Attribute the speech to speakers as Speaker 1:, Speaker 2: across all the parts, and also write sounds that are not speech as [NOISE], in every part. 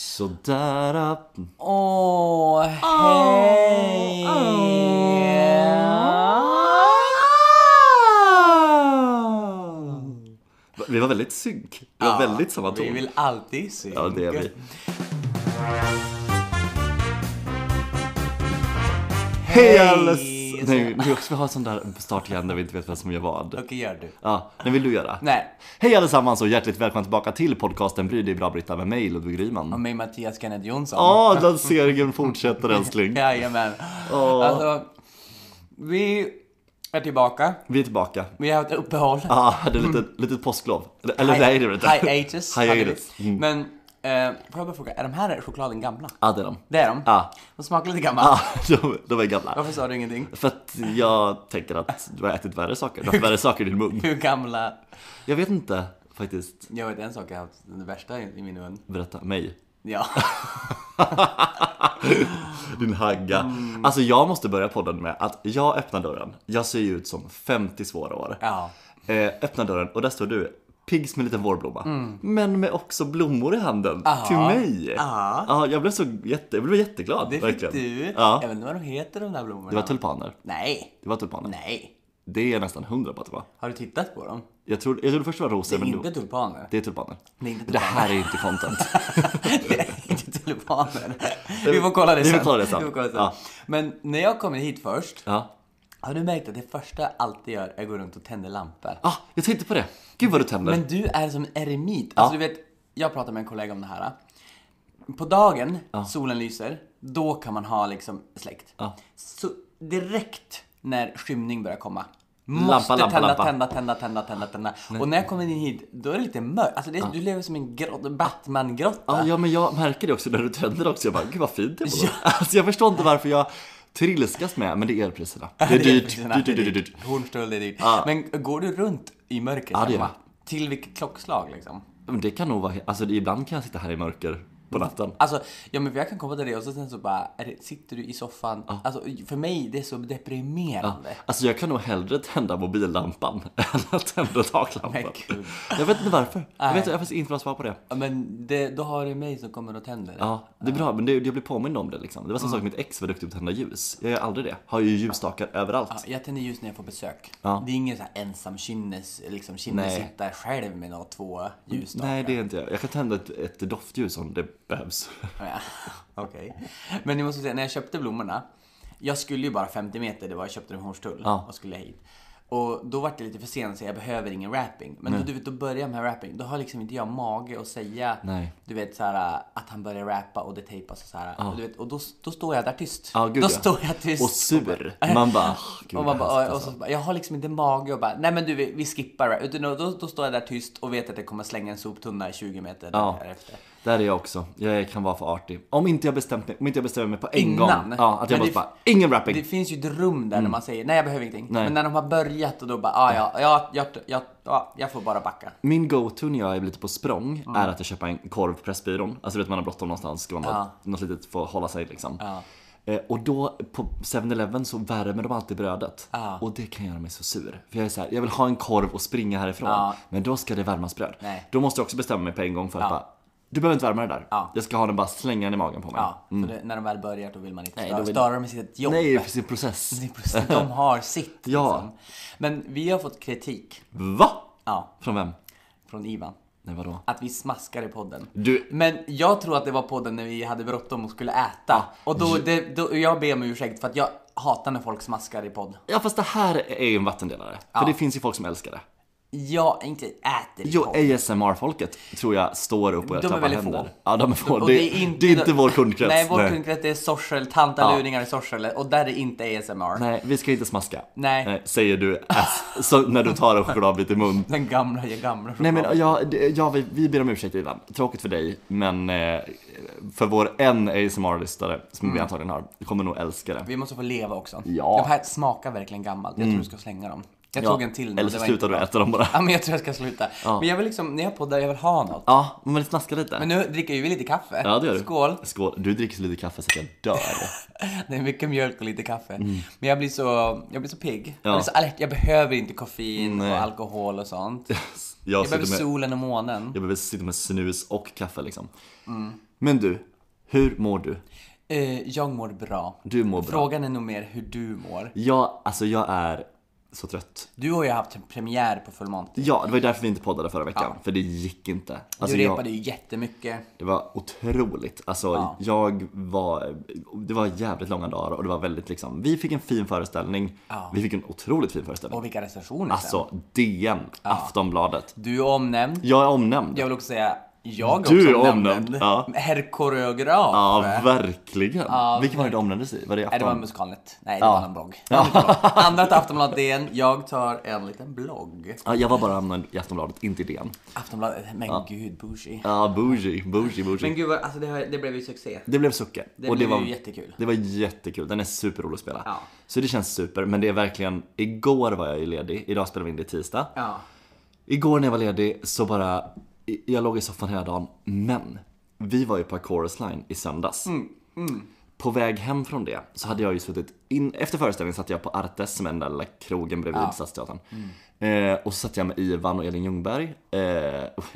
Speaker 1: Sådär. ah.
Speaker 2: Åh, hej!
Speaker 1: Vi var väldigt synk. Vi var väldigt samma ton.
Speaker 2: Vi vill alltid se.
Speaker 1: Ja, det är vi. Hej alles! Nej, nu ska vi ha sån där start igen där vi inte vet vem som gör vad.
Speaker 2: Okej, gör du.
Speaker 1: Ja, den vill du göra.
Speaker 2: Nej.
Speaker 1: Hej allesammans och hjärtligt välkomna tillbaka till podcasten Bry dig bra Britta med mig Ludvig
Speaker 2: Och
Speaker 1: Ryman.
Speaker 2: mig Mattias Kenneth Jonsson.
Speaker 1: Ja, lanseringen fortsätter älskling.
Speaker 2: Jajamän.
Speaker 1: Åh.
Speaker 2: Alltså, vi är tillbaka.
Speaker 1: Vi är tillbaka.
Speaker 2: Vi har haft uppehåll.
Speaker 1: Ja, hade lite,
Speaker 2: Mm.
Speaker 1: litet påsklov. Eller, eller
Speaker 2: Hi-
Speaker 1: nej, det är det inte.
Speaker 2: Hiatus. hade vi.
Speaker 1: Hiatus. Mm.
Speaker 2: Men, eh, får jag bara fråga, är de här chokladen gamla?
Speaker 1: Ja, Ah, det är de.
Speaker 2: Det är de?
Speaker 1: Ja,
Speaker 2: De smakar lite gamla.
Speaker 1: ja [LAUGHS] de, de är gamla.
Speaker 2: Varför sa du ingenting?
Speaker 1: För att jag tänker att du har ätit värre saker. Du har haft värre saker i din mun.
Speaker 2: Hur gamla?
Speaker 1: Jag vet inte faktiskt.
Speaker 2: Jag vet en sak jag har haft, det värsta i i min mun.
Speaker 1: Berätta, mig. [LAUGHS]
Speaker 2: Ja.
Speaker 1: Din hagga.
Speaker 2: Mm.
Speaker 1: Alltså jag måste börja podden med att jag öppnar dörren. Jag ser ju ut som 50 svåra år.
Speaker 2: ja.
Speaker 1: Eh, öppnar dörren och där står du. Pigg som en liten vårblomma.
Speaker 2: Mm.
Speaker 1: Men med också blommor i handen. Till mig.
Speaker 2: Ja.
Speaker 1: Ja, jag blev så jätte, jag blev jätteglad.
Speaker 2: Det fick
Speaker 1: verkligen.
Speaker 2: du.
Speaker 1: Ja.
Speaker 2: Jag vet inte vad de heter de där blommorna.
Speaker 1: Det var tulpaner.
Speaker 2: Nej.
Speaker 1: Det var tulpaner.
Speaker 2: Nej.
Speaker 1: Det är nästan hundra på att det var.
Speaker 2: Har du tittat på dem?
Speaker 1: Jag trodde, jag trodde först det var rosor
Speaker 2: Det är
Speaker 1: men
Speaker 2: inte
Speaker 1: det,
Speaker 2: [LAUGHS] tulpaner.
Speaker 1: det är tulpaner.
Speaker 2: Det är inte
Speaker 1: Det här är inte content.
Speaker 2: Det är [LAUGHS] inte tulpaner. Vi får kolla det
Speaker 1: Vi
Speaker 2: sen.
Speaker 1: får ta det sen.
Speaker 2: Vi får kolla det sen.
Speaker 1: Ja.
Speaker 2: Men när jag kommer hit först,
Speaker 1: Ja.
Speaker 2: har du märkt att det första jag alltid gör är att gå runt och tända lampor?
Speaker 1: Ah, jag tänkte på det. Gud vad du tänder.
Speaker 2: Men du är som en eremit. Alltså du vet, jag pratade med en kollega om det här. På dagen, solen lyser, då kan man ha liksom släkt.
Speaker 1: Ja.
Speaker 2: Så direkt när skymning börjar komma.
Speaker 1: Lampa,
Speaker 2: Måste
Speaker 1: lampa,
Speaker 2: tända,
Speaker 1: lampa.
Speaker 2: tända, tända, tända, tända, tända. Och när jag kommer in hit, då är det lite mörkt. Alltså det är, du lever som en grott, Batman-grotta.
Speaker 1: Ja,
Speaker 2: [LAUGHS]
Speaker 1: ja, men jag märker det också när du tänder också. Jag bara, gud vad fint det var. [LAUGHS] Alltså jag förstår inte varför jag trilskas med, men det är elpriserna. Det är dyrt.
Speaker 2: priserna.
Speaker 1: dyrt, dyrt, dyrt, dyrt.
Speaker 2: Hornstull, det är dyrt. Men går du runt i mörkret
Speaker 1: det gör
Speaker 2: hemma? Till vilket klockslag liksom?
Speaker 1: Men det kan nog vara, alltså det- ibland kan jag sitta här i mörker på natten.
Speaker 2: Alltså, ja men för jag kan komma till det och så sen så bara, är det, sitter du i soffan? Alltså för mig, det är så deprimerande.
Speaker 1: Alltså jag kan nog hellre tända mobillampan [LAUGHS] än att tända
Speaker 2: Men
Speaker 1: taklampan.
Speaker 2: gud.
Speaker 1: Jag vet inte varför. Jag vet jag har faktiskt inte bra svar på det.
Speaker 2: Ja, Men det, då har du mig som kommer och tänder det.
Speaker 1: Ja, det är bra, men det, jag blir påmind om det liksom. Det var som sagt, mitt ex var duktig på att tända ljus. Jag gör aldrig det. Har ju ljusstakar överallt.
Speaker 2: Jag tänder ljus när jag får besök.
Speaker 1: Ja.
Speaker 2: Det är ingen så här ensam kynnes, liksom kynnes
Speaker 1: Nej.
Speaker 2: sitta själv med några två
Speaker 1: [LAUGHS]
Speaker 2: ljusstakar.
Speaker 1: Nej, det är inte jag. Jag kan tända ett, ett doftljus om det behövs. [LAUGHS]
Speaker 2: Ja, Okej. Men ni måste säga, när jag köpte blommorna. Jag skulle ju bara 50 meter, det var jag köpte dem i Hornstull
Speaker 1: Ja.
Speaker 2: och skulle hit. Och då var det lite för sent så jag behöver ingen wrapping. Men då, du vet, då börjar jag med wrapping. Då har liksom inte jag mage att säga
Speaker 1: Nej.
Speaker 2: du vet, så här, att han börjar rappa och det tejpas och så här. Och, du vet, och då, då står jag där tyst.
Speaker 1: Ja, gud,
Speaker 2: då
Speaker 1: ja.
Speaker 2: står jag tyst.
Speaker 1: Och
Speaker 2: [LAUGHS]
Speaker 1: sur. Man bara, "Ah, gud,
Speaker 2: och
Speaker 1: vad
Speaker 2: man bara,
Speaker 1: hemskt, alltså.
Speaker 2: och så bara, jag har liksom inte mage och bara, nej men du vi, vi skippar rap. Utan då, då, då står jag där tyst och vet att det kommer slänga en soptunna 20 meter
Speaker 1: Ja.
Speaker 2: därefter.
Speaker 1: Där är jag också. Jag kan vara för artig. Om inte jag bestämt mig, om inte jag bestämmer mig på en
Speaker 2: Innan.
Speaker 1: gång. Ja, att jag
Speaker 2: Men
Speaker 1: bara,
Speaker 2: det-
Speaker 1: bara, ingen rapping.
Speaker 2: Det finns ju ett rum där när man säger nej jag behöver ingenting.
Speaker 1: Mm. Nej.
Speaker 2: Men när de har börjat och då bara ah, ja, ja, ja, ja, ja, jag får bara backa.
Speaker 1: Min go-to när jag är lite på språng är att jag köper en korv på Pressbyrån. Alltså du vet man har bråttom någonstans, ska man ha
Speaker 2: Ja.
Speaker 1: något litet för att hålla sig liksom.
Speaker 2: Ja.
Speaker 1: Eh, och då på 7-Eleven så värmer de alltid brödet.
Speaker 2: Ja.
Speaker 1: Och det kan göra mig så sur. För jag är så här, jag vill ha en korv och springa härifrån.
Speaker 2: Ja.
Speaker 1: Men då ska det värmas bröd.
Speaker 2: Nej.
Speaker 1: Då måste jag också bestämma mig på en gång för att bara, du behöver inte värma det där.
Speaker 2: Ja.
Speaker 1: Jag ska ha den bara slänga den i magen på mig.
Speaker 2: Ja, för det, när de väl börjar då vill man inte
Speaker 1: Mm. Nej,
Speaker 2: störa,
Speaker 1: då vill-
Speaker 2: störa dem i sitt jobb.
Speaker 1: Nej, för sin process.
Speaker 2: Det är precis- [LAUGHS] De har sitt.
Speaker 1: [LAUGHS] Ja.
Speaker 2: Liksom. Men vi har fått kritik
Speaker 1: Va?
Speaker 2: ja,
Speaker 1: Från vem?
Speaker 2: från Ivan.
Speaker 1: Nej vadå?
Speaker 2: Att vi smaskar i podden.
Speaker 1: Du,
Speaker 2: Men jag tror att det var podden när vi hade bråttom och skulle äta. Och då, det, då, jag ber om ursäkt för att jag hatar när folk smaskar i podd.
Speaker 1: ja fast det här är ju en vattendelare. För det finns ju folk som älskar det.
Speaker 2: Jag inte äter i
Speaker 1: Jo, eh,
Speaker 2: podd.
Speaker 1: ASMR-folket tror jag står upp och
Speaker 2: De är
Speaker 1: klappar
Speaker 2: väldigt
Speaker 1: händer.
Speaker 2: få.
Speaker 1: Ja, de är få.
Speaker 2: Och
Speaker 1: Det, det, är inte, vår kundkrets.
Speaker 2: Nej, vår
Speaker 1: Nej.
Speaker 2: kundkrets det är Sorsele, tantaluringar i Sorsele och där är inte ASMR.
Speaker 1: Nej, vi ska inte smaska. Eh,
Speaker 2: Nej.
Speaker 1: säger du
Speaker 2: [LAUGHS]
Speaker 1: ass, så, när du tar en chokladbit i mun.
Speaker 2: Den gamla, jag gamla
Speaker 1: Nej men eh, ja, det- ja vi, vi ber om ursäkt Ivan. Tråkigt för dig, men eh, för vår en ASMR-lyssnare som
Speaker 2: Mm.
Speaker 1: vi antagligen har, kommer nog älska det.
Speaker 2: Vi måste få leva också.
Speaker 1: Ja. Mm.
Speaker 2: De här smakar verkligen gammalt. Jag tror du ska slänga dem. Jag
Speaker 1: Ja.
Speaker 2: tog en till nu.
Speaker 1: Eller
Speaker 2: det
Speaker 1: så
Speaker 2: var
Speaker 1: slutar
Speaker 2: inte
Speaker 1: du
Speaker 2: bra.
Speaker 1: äta dem
Speaker 2: [LAUGHS]
Speaker 1: bara.
Speaker 2: Ja, men jag tror jag ska sluta. Men jag vill liksom, när jag poddar, jag vill ha något.
Speaker 1: Ja, men snaska lite.
Speaker 2: Men nu dricker ju vi lite kaffe.
Speaker 1: Ja, det gör du.
Speaker 2: Skål.
Speaker 1: Skål. Du dricker så lite kaffe så att jag
Speaker 2: [LAUGHS]
Speaker 1: dör.
Speaker 2: Det är mycket mjölk och lite kaffe. Men jag blir så, jag blir så pigg.
Speaker 1: Mm. Ja.
Speaker 2: Jag, blir så alert. jag behöver inte koffein
Speaker 1: Nej.
Speaker 2: och alkohol och sånt. Jag,
Speaker 1: Jag, sitter
Speaker 2: behöver
Speaker 1: med,
Speaker 2: solen och månen.
Speaker 1: jag behöver sitta med snus och kaffe liksom. Men du, hur mår du?
Speaker 2: Eh, jag mår bra.
Speaker 1: Du mår bra.
Speaker 2: Frågan är nog mer hur du mår.
Speaker 1: Jag, alltså jag är så trött.
Speaker 2: Du har ju haft en premiär på Full Monty.
Speaker 1: Ja, det var ju därför vi inte poddade förra veckan. För det gick inte. Alltså
Speaker 2: du
Speaker 1: jag-
Speaker 2: repade ju jättemycket.
Speaker 1: Det var otroligt. Alltså, jag var, det var jävligt långa dagar och det var väldigt liksom, vi fick en fin föreställning. Vi fick en otroligt fin föreställning.
Speaker 2: Och vilka recensioner sen.
Speaker 1: Alltså DN, Aftonbladet.
Speaker 2: Du är omnämnd.
Speaker 1: Jag är omnämnd.
Speaker 2: Jag vill också säga, jag är
Speaker 1: Du
Speaker 2: också
Speaker 1: är
Speaker 2: omnämnd.
Speaker 1: omnämnd, ja.
Speaker 2: Herr koreograf.
Speaker 1: Ja, verkligen. Vilken var det du omnämndes i? Var det
Speaker 2: Nej, det var en
Speaker 1: Afton?
Speaker 2: Musikalen-net. Nej, det var en annan blogg. Andra tar Aftonbladet DN. Jag tar en liten blogg.
Speaker 1: Ja, jag var bara omnämnd i Aftonbladet, inte i DN.
Speaker 2: Aftonbladet, men gud, bougie.
Speaker 1: Ja, bougie, bougie, bougie.
Speaker 2: Men gud, vad- alltså det, har- det blev ju succé.
Speaker 1: Det blev sucke.
Speaker 2: Det blev ju jättekul.
Speaker 1: Det var jättekul. Den är superrolig att spela.
Speaker 2: Ja.
Speaker 1: Så det känns super. Men det är verkligen, igår var jag ju ledig. Idag spelar vi in det tisdag.
Speaker 2: Ja.
Speaker 1: Igår när jag var ledig så bara, jag låg i soffan hela dagen, men vi var ju på Chorus Line i söndags.
Speaker 2: Mm.
Speaker 1: På väg hem från det så hade jag ju suttit, in, efter föreställningen satt jag på Artes som är den där lilla krogen bredvid Stadsteatern.
Speaker 2: Mm.
Speaker 1: Eh, och så satt jag med Ivan och Elin Ljungberg, eh,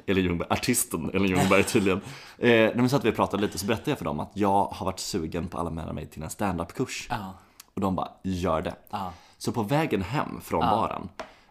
Speaker 1: Elin Ljungberg, artisten Elin Ljungberg
Speaker 2: [LAUGHS]
Speaker 1: tydligen. Eh, nej, men så att vi och pratade lite så berättade jag för dem att jag har varit sugen på att anmäla mig till en standup-kurs.
Speaker 2: Ja.
Speaker 1: Och de bara, gör det.
Speaker 2: Ja.
Speaker 1: Så på vägen hem från baren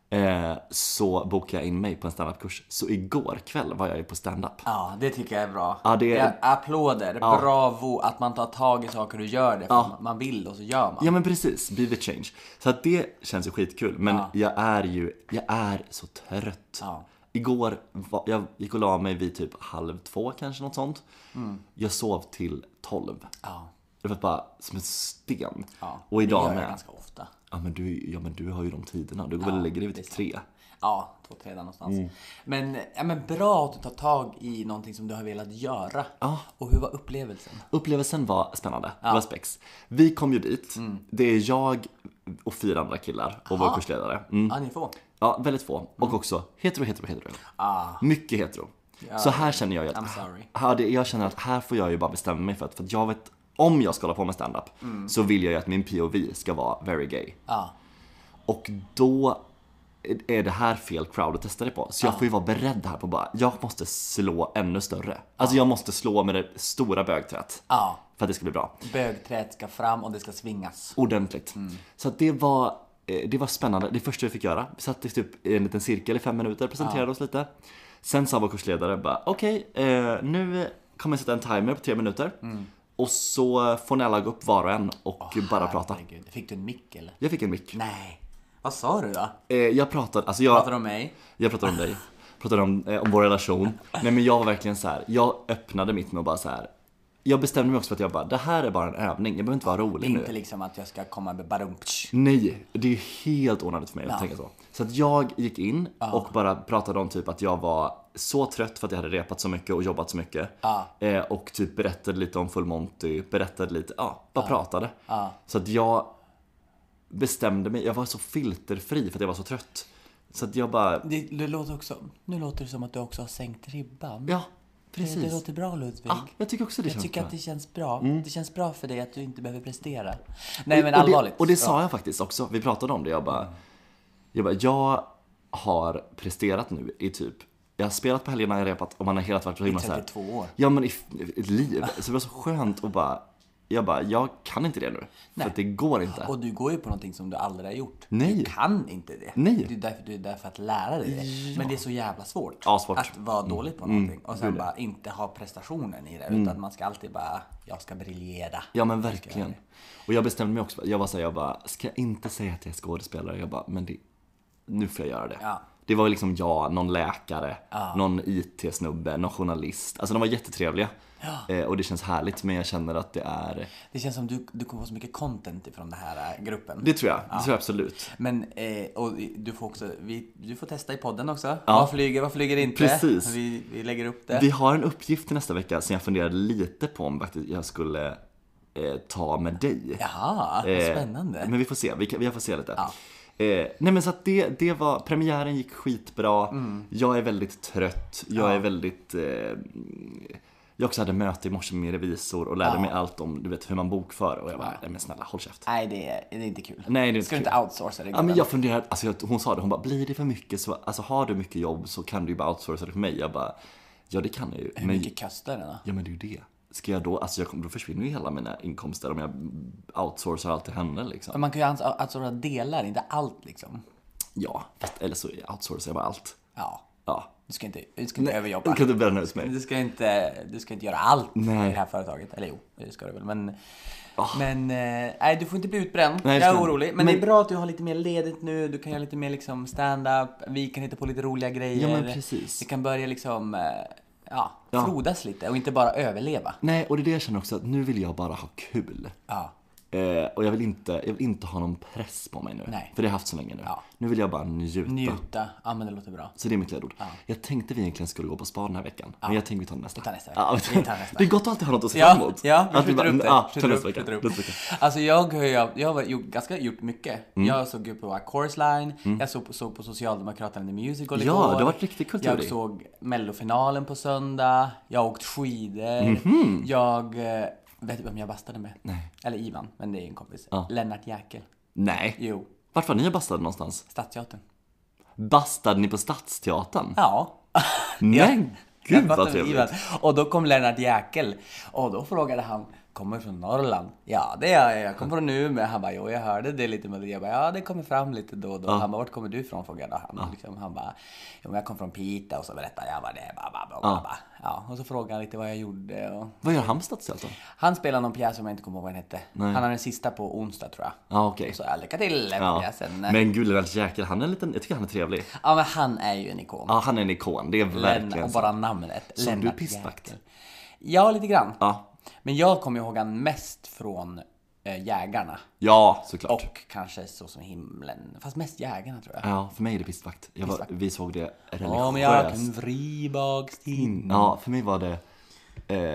Speaker 1: eh, så bokade jag in mig på en standupkurs. Så igår kväll var jag ju på standup.
Speaker 2: ja, det tycker jag är bra.
Speaker 1: Ja, det är-
Speaker 2: Jag applåder. Bravo att man tar tag i saker och gör det. För Man vill och så gör man.
Speaker 1: Ja men precis, be the change. Så att det känns ju skitkul. Men jag är ju, jag är så trött.
Speaker 2: Ja.
Speaker 1: Igår, var, jag gick och la mig vid typ halv två kanske något sånt. Jag sov till tolv.
Speaker 2: Mm. Ja,
Speaker 1: Det var bara som en sten.
Speaker 2: ja.
Speaker 1: Och
Speaker 2: det
Speaker 1: idag
Speaker 2: gör jag
Speaker 1: med.
Speaker 2: ganska ofta.
Speaker 1: Ja men, du, ja men du har ju de tiderna. Du går väl och lägger dig vid typ tre.
Speaker 2: Ja, två, tre där någonstans.
Speaker 1: Mm.
Speaker 2: Men, ja, men bra att du tar tag i någonting som du har velat göra. Och hur var upplevelsen?
Speaker 1: Upplevelsen var spännande, det var spex. Vi kom ju dit,
Speaker 2: Mm.
Speaker 1: det är jag och fyra andra killar och vår kursledare. Mm.
Speaker 2: Ja, ni får.
Speaker 1: Ja, väldigt få. Och också hetero, hetero, hetero.
Speaker 2: Mm. Ah.
Speaker 1: Mycket hetero. Så här känner jag ju att,
Speaker 2: I'm sorry.
Speaker 1: Ja, det- jag känner att här får jag ju bara bestämma mig för att, för att jag vet, om jag ska hålla på med standup
Speaker 2: Mm.
Speaker 1: så vill jag ju att min POV ska vara very gay.
Speaker 2: Ja.
Speaker 1: Och då är det här fel crowd att testa det på. Så jag
Speaker 2: Ah.
Speaker 1: får ju vara beredd här på bara, jag måste slå ännu större.
Speaker 2: Ah.
Speaker 1: Alltså jag måste slå med det stora bögträt.
Speaker 2: Ja.
Speaker 1: För att det ska bli bra.
Speaker 2: Bögträet ska fram och det ska svingas.
Speaker 1: Ordentligt.
Speaker 2: Mm.
Speaker 1: Så att det var, eh, det var spännande. Det första vi fick göra. Vi satt i typ en liten cirkel i fem minuter och presenterade oss lite. Sen sa vår kursledare bara okej, eh, nu kommer jag sätta en timer på tre minuter.
Speaker 2: Mm.
Speaker 1: Och så får ni alla gå upp var och en och bara prata.
Speaker 2: Herregud. Fick du en mick eller?
Speaker 1: Jag fick en mick.
Speaker 2: Nej. Vad sa du då?
Speaker 1: Eh, jag pratade, alltså jag,
Speaker 2: Pratade du om mig?
Speaker 1: jag pratade om dig. Pratade om, eh, om vår relation. Nej men jag var verkligen så här. jag öppnade mitt med att bara så här. Jag bestämde mig också för att jag bara, det här är bara en övning, jag behöver inte vara rolig nu.
Speaker 2: Inte liksom att jag ska komma med
Speaker 1: um,
Speaker 2: barumptsch.
Speaker 1: Nej, det är ju helt onödigt för mig att tänka så. Så att jag gick in och bara pratade om typ att jag var så trött för att jag hade repat så mycket och jobbat så mycket. Eh, och typ berättade lite om Full Monty, berättade lite, ja, bara pratade. Så att jag bestämde mig, jag var så filterfri för att jag var så trött. Så att jag bara,
Speaker 2: Det, det låter också, nu låter det som att du också har sänkt ribban.
Speaker 1: ja,
Speaker 2: Det, det
Speaker 1: precis. Ah,
Speaker 2: låter bra Ludvig.
Speaker 1: Ja, jag tycker också det
Speaker 2: jag
Speaker 1: känns
Speaker 2: tycker
Speaker 1: bra.
Speaker 2: att det känns bra. Det känns bra för dig att du inte behöver prestera. Nej men
Speaker 1: Och det-
Speaker 2: allvarligt.
Speaker 1: Och det sa jag faktiskt också. Vi pratade om det. Jag bara, jag, bara, jag har presterat nu i typ jag har spelat på helgerna, jag har repat och man har hela tiden varit så himla så här-
Speaker 2: 32 år.
Speaker 1: Ja men i f- ett liv. Så det var så skönt att bara, jag bara, jag kan inte det nu. För att det går inte.
Speaker 2: Och du går ju på någonting som du aldrig har gjort.
Speaker 1: Nej.
Speaker 2: Du kan inte det.
Speaker 1: Nej.
Speaker 2: Du är därför, du är där för att lära dig det. Men det är så jävla svårt.
Speaker 1: Ja, svårt. Mm.
Speaker 2: Att vara dålig på någonting och sen bara inte ha prestationen i det. Utan man ska alltid bara, jag ska briljera.
Speaker 1: Mm. Ja men verkligen. Och jag bestämde mig också, jag var såhär, jag bara, ska jag inte säga att jag är skådespelare? Jag bara, men det, nu får jag göra det.
Speaker 2: Ja.
Speaker 1: Det var liksom jag, någon läkare, någon IT-snubbe, någon journalist. Alltså de var jättetrevliga. Eh, och det känns härligt men jag känner att det är,
Speaker 2: Det känns som du, du kommer få så mycket content ifrån den här eh, gruppen.
Speaker 1: det tror jag, det tror jag absolut.
Speaker 2: Men eh, och du får också, vi, du får testa i podden också. Vad flyger, vad flyger inte?
Speaker 1: Precis.
Speaker 2: Vi, vi lägger upp det.
Speaker 1: Vi har en uppgift till nästa vecka som jag funderade lite på om faktiskt jag skulle eh, ta med dig.
Speaker 2: Jaha, vad
Speaker 1: Eh,
Speaker 2: spännande.
Speaker 1: Men vi får se, vi, kan, vi får se lite. Eh, nej men så att det, det var, premiären gick skitbra. Jag är väldigt trött. Jag är väldigt... Eh, jag också hade möte i morse med min revisor och lärde mig allt om du vet, hur man bokför och jag bara, nej men snälla håll käft.
Speaker 2: Nej, det är, det är inte kul.
Speaker 1: Nej, det är inte
Speaker 2: Ska
Speaker 1: kul.
Speaker 2: du inte outsourca det?
Speaker 1: Ja, men
Speaker 2: gubben?
Speaker 1: jag funderar, alltså jag, hon sa det, hon bara, blir det för mycket så, alltså har du mycket jobb så kan du ju bara outsourca det för mig. Jag bara, ja det kan jag ju.
Speaker 2: Hur
Speaker 1: Men,
Speaker 2: mycket kostar den då?
Speaker 1: ja men det är ju det. Ska jag då, alltså jag, kommer- då försvinner ju hela mina inkomster om jag outsourcar allt till henne liksom.
Speaker 2: Men Man kan ju ans- outsourca delar, inte allt liksom.
Speaker 1: Ja, fast, eller så outsourcar jag bara allt.
Speaker 2: Ja,
Speaker 1: Ja.
Speaker 2: du ska inte, du ska inte överjobba.
Speaker 1: Hon kunde bränna ut mig.
Speaker 2: Du ska inte, du ska inte göra allt
Speaker 1: Nej.
Speaker 2: i det här företaget. Eller jo, det ska du väl. Men, men eh, nej, du får inte bli utbränd.
Speaker 1: Nej, det
Speaker 2: jag
Speaker 1: ska
Speaker 2: är
Speaker 1: jag inte.
Speaker 2: orolig. Men,
Speaker 1: Men-
Speaker 2: det är bra att du har lite mer ledigt nu. Du kan göra lite mer liksom stand-up. Vi kan hitta på lite roliga grejer.
Speaker 1: Ja, men precis.
Speaker 2: Vi kan börja liksom, eh, ja,
Speaker 1: Ja.
Speaker 2: frodas lite och inte bara överleva.
Speaker 1: Nej, och det är det jag känner också, att nu vill jag bara ha kul.
Speaker 2: Ja.
Speaker 1: Eh, och jag vill, inte, jag vill inte ha någon press på mig nu.
Speaker 2: Nej.
Speaker 1: För det har jag haft så länge nu.
Speaker 2: Ja.
Speaker 1: Nu vill jag bara njuta.
Speaker 2: Njuta. Ja, men det låter bra.
Speaker 1: Så det är mitt ledord. Jag tänkte vi egentligen skulle gå på spa den här veckan. Men jag tänker vi tar den nästa.
Speaker 2: tar nästa vecka.
Speaker 1: ja, vi tar,
Speaker 2: Vi tar nästa.
Speaker 1: Det är gott att alltid ha något att se
Speaker 2: Ja,
Speaker 1: fram emot.
Speaker 2: ja, vi
Speaker 1: Att vi
Speaker 2: skjuter
Speaker 1: bara, mm, ah,
Speaker 2: upp det.
Speaker 1: Ja, tar
Speaker 2: Skjuter
Speaker 1: nästa
Speaker 2: upp,
Speaker 1: vecka.
Speaker 2: skjuter upp.
Speaker 1: Nästa vecka.
Speaker 2: Alltså jag har ju, jag har gjort, ganska gjort mycket.
Speaker 1: Mm.
Speaker 2: Jag såg ju på A Chorus Line, jag såg på, såg på Socialdemokraterna The Musical
Speaker 1: Ja,
Speaker 2: igår.
Speaker 1: du har varit riktigt kulturig.
Speaker 2: Jag såg mellofinalen på söndag, jag har åkt skidor,
Speaker 1: Mhm.
Speaker 2: jag... eh, Vet du vem jag bastade med? Nej. Eller Ivan, men det är ju en kompis. Lennart Jäkel.
Speaker 1: Nej.
Speaker 2: Jo,
Speaker 1: Vart var ni och bastade någonstans?
Speaker 2: Stadsteatern.
Speaker 1: Bastade ni på Stadsteatern?
Speaker 2: Ja. [LAUGHS]
Speaker 1: Men gud
Speaker 2: Jag
Speaker 1: vad
Speaker 2: pratade med
Speaker 1: trevligt.
Speaker 2: Ivan. Och då kom Lennart Jäkel och då frågade han Kommer du från Norrland? Ja, det gör jag. Jag kommer från Umeå. Han bara, jo, jag hörde det lite med det. Jag bara, ja, det kommer fram lite då och då. Han bara, vart kommer du ifrån? Frågade han. Liksom, han bara, jo, men jag kom från Piteå. Och så berättade jag bara det. Bara, bara, bara, bara, bara. Ja, och så frågade han lite vad jag gjorde. Och...
Speaker 1: Vad gör han på Stadsteatern?
Speaker 2: Han spelar någon pjäs som jag inte kommer ihåg vad den hette. Han har den sista på onsdag tror jag.
Speaker 1: Ja, okej.
Speaker 2: Och så, ja, lycka till med
Speaker 1: Ja.
Speaker 2: pjäsen.
Speaker 1: Men gud Lennart Jäkel, han är en liten, jag tycker han är trevlig.
Speaker 2: Ja, men han är ju en ikon.
Speaker 1: Ja, han är en ikon. Det är
Speaker 2: Lennart, och
Speaker 1: verkligen så.
Speaker 2: bara namnet.
Speaker 1: Som du
Speaker 2: Lennart
Speaker 1: pissvakt.
Speaker 2: Jäkel. Ja, lite grann.
Speaker 1: Ja.
Speaker 2: Men jag kommer ihåg han mest från eh, Jägarna.
Speaker 1: ja, såklart.
Speaker 2: Och kanske Så som himlen. Fast mest Jägarna tror jag.
Speaker 1: Ja, för mig är det pistvakt. Jag var, vi såg det
Speaker 2: Ja, men jag
Speaker 1: religiöst.
Speaker 2: kan vribags in.
Speaker 1: Ja, för mig var det...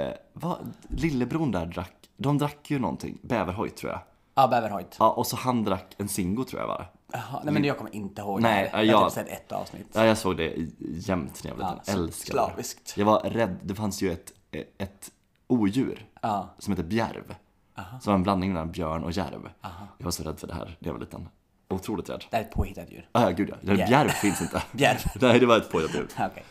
Speaker 1: Eh, vad, lillebron där drack... De drack ju någonting. Bäverhoj tror jag.
Speaker 2: Ja, Bäverhojt.
Speaker 1: Ja, och så han drack en Zingo tror jag var det.
Speaker 2: Jaha, Nej, men jag kommer inte ihåg
Speaker 1: Nej,
Speaker 2: det. Jag
Speaker 1: jag-
Speaker 2: har typ sett ett avsnitt.
Speaker 1: Ja, jag såg det i- jämt när jag var
Speaker 2: Ja,
Speaker 1: liten. Älskade det.
Speaker 2: slaviskt.
Speaker 1: Jag var rädd. Det fanns ju ett, ett odjur som heter bjärv. Som var en blandning mellan björn och järv. Jag var så rädd för det här när jag var liten. Otroligt rädd.
Speaker 2: Det här är ett påhittat djur.
Speaker 1: Ah, ja, gud ja.
Speaker 2: Bjärv.
Speaker 1: Bjärv finns inte.
Speaker 2: [LAUGHS] Bjärv.
Speaker 1: Nej, det var ett påhittat djur.
Speaker 2: Okej.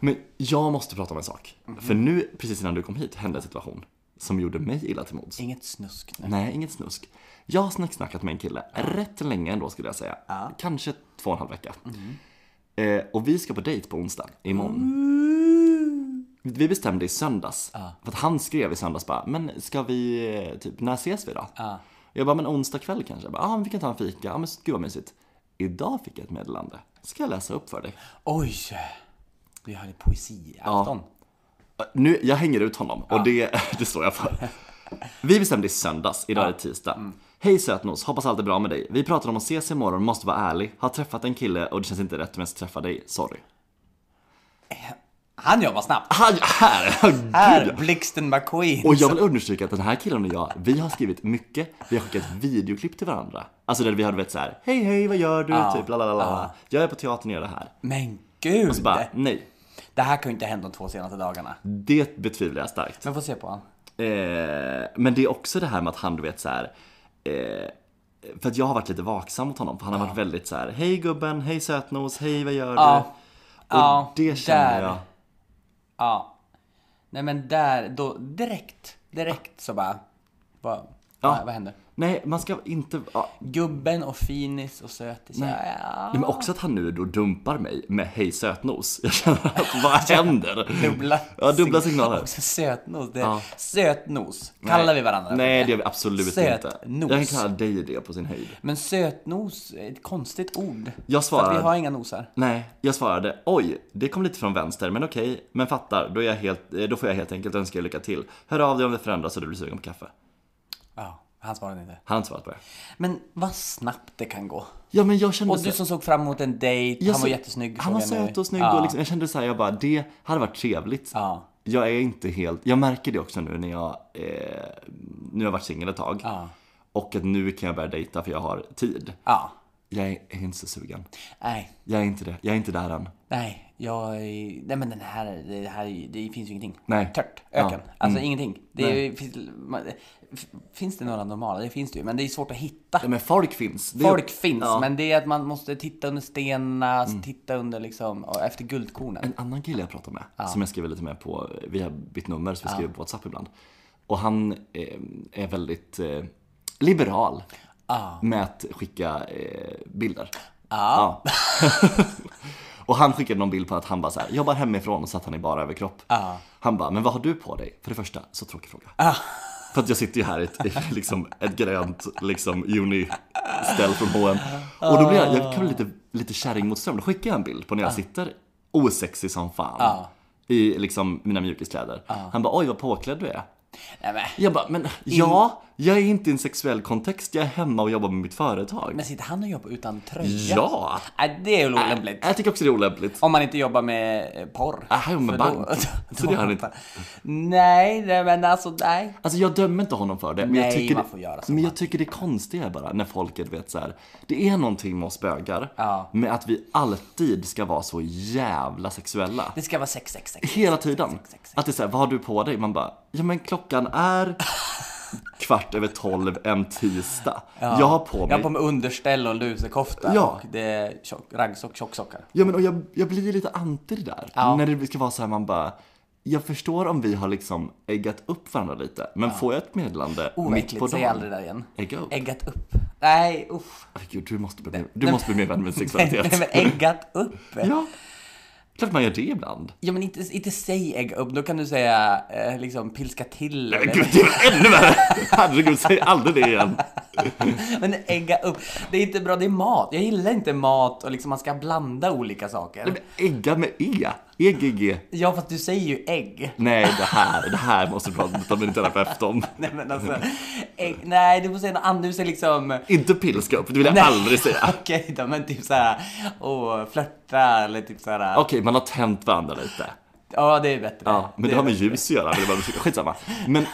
Speaker 1: Men jag måste prata om en sak.
Speaker 2: Mhm.
Speaker 1: För nu, precis innan du kom hit, hände en situation som gjorde mig illa till mods.
Speaker 2: Inget snusk nu.
Speaker 1: Nej, inget snusk. Jag har snicksnackat med en kille rätt länge ändå skulle jag säga. Kanske två och en halv vecka. Eh, och vi ska på dejt på onsdag, imorgon. Vi bestämde i söndags. För att han skrev i söndags bara, men ska vi, eh, typ, när ses vi då? Jag bara, men onsdag kväll kanske? Jag bara, ah, men vi kan ta en fika. Ja, men gud vad mysigt. Idag fick jag ett meddelande. Ska jag läsa upp för dig?
Speaker 2: Oj! Vi har lite poesi i afton.
Speaker 1: Nu, jag hänger ut honom och det, [LAUGHS] det står jag för. Vi bestämde i söndags, idag är det tisdag. Hej sötnos, hoppas allt är bra med dig. Vi pratar om att ses imorgon, måste vara ärlig. Har träffat en kille och det känns inte rätt om jag ska träffa dig, sorry.
Speaker 2: Han jobbar snabbt.
Speaker 1: Han, här! [LAUGHS]
Speaker 2: Här, Blixten McQueen.
Speaker 1: Och jag vill understryka att den här killen och jag, vi har skrivit mycket, vi har skickat videoklipp till varandra. Alltså där vi hade vet såhär, hej hej vad gör du? Typ la la la la. Jag är på teatern, gör det här.
Speaker 2: Men gud!
Speaker 1: Så Alltså, bara, nej.
Speaker 2: Det här kan ju inte ha hänt de två senaste dagarna.
Speaker 1: Det betvivlar jag starkt.
Speaker 2: Men får se på honom.
Speaker 1: Eh, men det är också det här med att han du vet så här. Eh, för att jag har varit lite vaksam mot honom. För han har varit väldigt så här: hej gubben, hej sötnos, hej vad gör du?
Speaker 2: Ja.
Speaker 1: Och
Speaker 2: Ja,
Speaker 1: det känner
Speaker 2: där.
Speaker 1: jag.
Speaker 2: Ja. Nej men där, då direkt, direkt så bara... Vad, vad, vad händer?
Speaker 1: Nej, man ska inte... Ja.
Speaker 2: Gubben och finis och sötis.
Speaker 1: Mm.
Speaker 2: Ja, ja.
Speaker 1: Nej, men också att han nu då dumpar mig med hej sötnos. Jag känner att vad händer?
Speaker 2: [LAUGHS] Dubbla,
Speaker 1: Ja, dubbla
Speaker 2: sig-
Speaker 1: signaler.
Speaker 2: [LAUGHS] Också sötnos. Det, Sötnos kallar vi varandra.
Speaker 1: Nej, det gör vi absolut inte.
Speaker 2: Sötnos.
Speaker 1: Jag kan kalla dig det på sin höjd.
Speaker 2: Men sötnos är ett konstigt ord.
Speaker 1: Jag
Speaker 2: För att
Speaker 1: svarar.
Speaker 2: vi har inga nosar.
Speaker 1: Nej, jag svarade oj, det kom lite från vänster, men okej, men fattar, då, är jag helt, eh, då får jag helt enkelt önska er lycka till. Hör av dig om det förändras och du blir sugen på kaffe.
Speaker 2: Ja, han svarade inte.
Speaker 1: Han har inte svarat på det.
Speaker 2: Men vad snabbt det kan gå.
Speaker 1: Ja men jag kände
Speaker 2: Och du som såg fram emot en dejt,
Speaker 1: jag
Speaker 2: han var
Speaker 1: så-
Speaker 2: jättesnygg.
Speaker 1: Han var
Speaker 2: såg jag nu.
Speaker 1: söt och snygg
Speaker 2: Ja.
Speaker 1: och liksom, jag kände såhär, jag bara det hade varit trevligt.
Speaker 2: Ja.
Speaker 1: Jag är inte helt, jag märker det också nu när jag eh, nu har jag varit singel ett tag.
Speaker 2: Ja.
Speaker 1: Och att nu kan jag börja dejta för jag har tid.
Speaker 2: Ja.
Speaker 1: Jag är är inte så sugen.
Speaker 2: Nej.
Speaker 1: Jag är inte det. Jag är inte där än.
Speaker 2: Nej, jag... är- Nej men den här, det här, är ju- det finns ju ingenting.
Speaker 1: Nej. Mm.
Speaker 2: Tört, öken. Alltså ingenting. Det är, ju- finns, man, f- finns det några normala? Det finns det ju, men det är svårt att hitta.
Speaker 1: Ja, men folk finns. Det är-
Speaker 2: Folk finns,
Speaker 1: Ja. Mm.
Speaker 2: men det är att man måste titta under stenarna, titta under liksom, och efter guldkornen.
Speaker 1: En annan kille jag pratar med, som jag skriver lite med på, vi har bytt nummer så vi skriver på WhatsApp ibland. Och han eh, är väldigt eh, liberal med att skicka eh, bilder. Ja. [LAUGHS] och han skickade någon bild på att han bara så här, jobbar hemifrån och satt han i bara överkropp. Han bara, men vad har du på dig? För det första, så tråkig fråga.
Speaker 2: Ah.
Speaker 1: För att jag sitter ju här i ett, i liksom, ett grönt liksom, uni-ställ från H&M Och då blir jag, jag kan bli lite, lite kärring mot ström. Då skickar jag en bild på när jag sitter osexig som fan i liksom, mina mjukiskläder. Han bara, oj vad påklädd du är.
Speaker 2: Nej, men,
Speaker 1: Jag bara, men ja, jag är inte i en sexuell kontext. Jag är hemma och jobbar med mitt företag.
Speaker 2: men Äh, sitter han och jobbar utan tröja?
Speaker 1: ja!
Speaker 2: Nej, det är ju olämpligt.
Speaker 1: Jag tycker också det är olämpligt.
Speaker 2: Om man inte jobbar med eh, porr.
Speaker 1: Ah, han jobbar med
Speaker 2: För då-
Speaker 1: bank.
Speaker 2: [LAUGHS] då-
Speaker 1: Så det gör han inte.
Speaker 2: Nej, nej, men alltså nej.
Speaker 1: Alltså jag dömer inte honom för det. Men jag
Speaker 2: Nej,
Speaker 1: tycker
Speaker 2: man
Speaker 1: det-
Speaker 2: får göra så
Speaker 1: Men jag tycker det konstiga är bara när folket vet så här. Det är någonting med oss bögar.
Speaker 2: Ja.
Speaker 1: Med att vi alltid ska vara så jävla sexuella.
Speaker 2: Det ska vara 666.
Speaker 1: Hela tiden.
Speaker 2: sex.
Speaker 1: Att det är så här, vad har du på dig? Man bara, ja men klockan
Speaker 2: [LAUGHS]
Speaker 1: är kvart över tolv en tisdag. Jag har på
Speaker 2: Jag
Speaker 1: mig
Speaker 2: har på mig underställ och lusekofta
Speaker 1: Ja.
Speaker 2: och det är tjock, raggsock, tjocksockar.
Speaker 1: Ja men och jag, jag blir lite anti det där. När det ska vara så här man bara jag förstår om vi har liksom äggat upp varandra lite, men får jag ett meddelande mitt på
Speaker 2: Oäckligt, säg
Speaker 1: dagen?
Speaker 2: aldrig det där igen.
Speaker 1: Ägga upp.
Speaker 2: Äggat upp. Nej, usch.
Speaker 1: Ay, Ah, Gud, du måste bli, du måste bli mer vän med
Speaker 2: Nej,
Speaker 1: sexualitet.
Speaker 2: [LAUGHS] men äggat upp.
Speaker 1: Ja, klart man gör det ibland.
Speaker 2: Ja men inte, inte säg ägga upp, då kan du säga eh, liksom pilska till
Speaker 1: Men
Speaker 2: eller,
Speaker 1: Gud, det är ännu värre! Herregud, säg aldrig det igen.
Speaker 2: [LAUGHS] Men ägga upp, det är inte bra, det är mat. Jag gillar inte mat och liksom man ska blanda olika saker.
Speaker 1: Men Ägga med E. EGG.
Speaker 2: Ja fast du säger ju ägg. [LAUGHS]
Speaker 1: Nej, det här, det här måste vi prata med din terapeut om.
Speaker 2: Nej men alltså, ägg, nej du får säga något annat, du säger liksom [LAUGHS]
Speaker 1: Inte pilska upp, det vill jag
Speaker 2: Nej.
Speaker 1: aldrig säga.
Speaker 2: Okej då, men typ såhär, åh, flörta eller typ såhär.
Speaker 1: Ah, Okej, man har tänt varandra lite.
Speaker 2: Ja, det är bättre.
Speaker 1: Ja, men det, har med ljus att göra. Men det var skitsamma. Men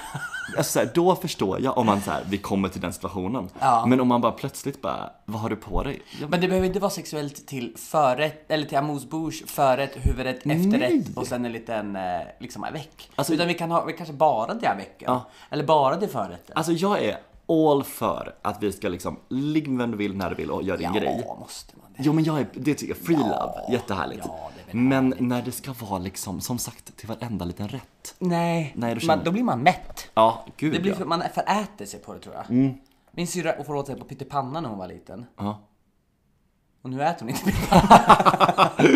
Speaker 1: alltså, så här, då förstår jag om man så här, vi kommer till den situationen.
Speaker 2: Ja.
Speaker 1: Men om man bara plötsligt bara, vad har du på dig? Jag,
Speaker 2: Men det behöver inte vara sexuellt till förrätt, eller till amuse bouche, förrätt, huvudrätt,
Speaker 1: Nej.
Speaker 2: efterrätt och sen en liten eh, liksom avec.
Speaker 1: Alltså-
Speaker 2: Utan vi kan ha, vi kanske bara till avecen. Eller bara till förrätten.
Speaker 1: alltså jag är all för att vi ska liksom, ligg med vem du vill, när du vill och gör din grej.
Speaker 2: Ja, måste man det?
Speaker 1: Jo men jag är, det tycker jag, free love, jättehärligt.
Speaker 2: ja, det är väl
Speaker 1: men när det ska vara liksom, som sagt, till varenda liten rätt.
Speaker 2: Nej,
Speaker 1: Nej, då känner-
Speaker 2: man, då blir man mätt.
Speaker 1: Ja, gud
Speaker 2: Det blir
Speaker 1: ja. Mm.
Speaker 2: för, man föräter sig på det tror jag. Min syrra får åt sig på pyttipanna när hon var liten.
Speaker 1: Ja.
Speaker 2: Och nu äter hon inte pyttipanna.
Speaker 1: Ja,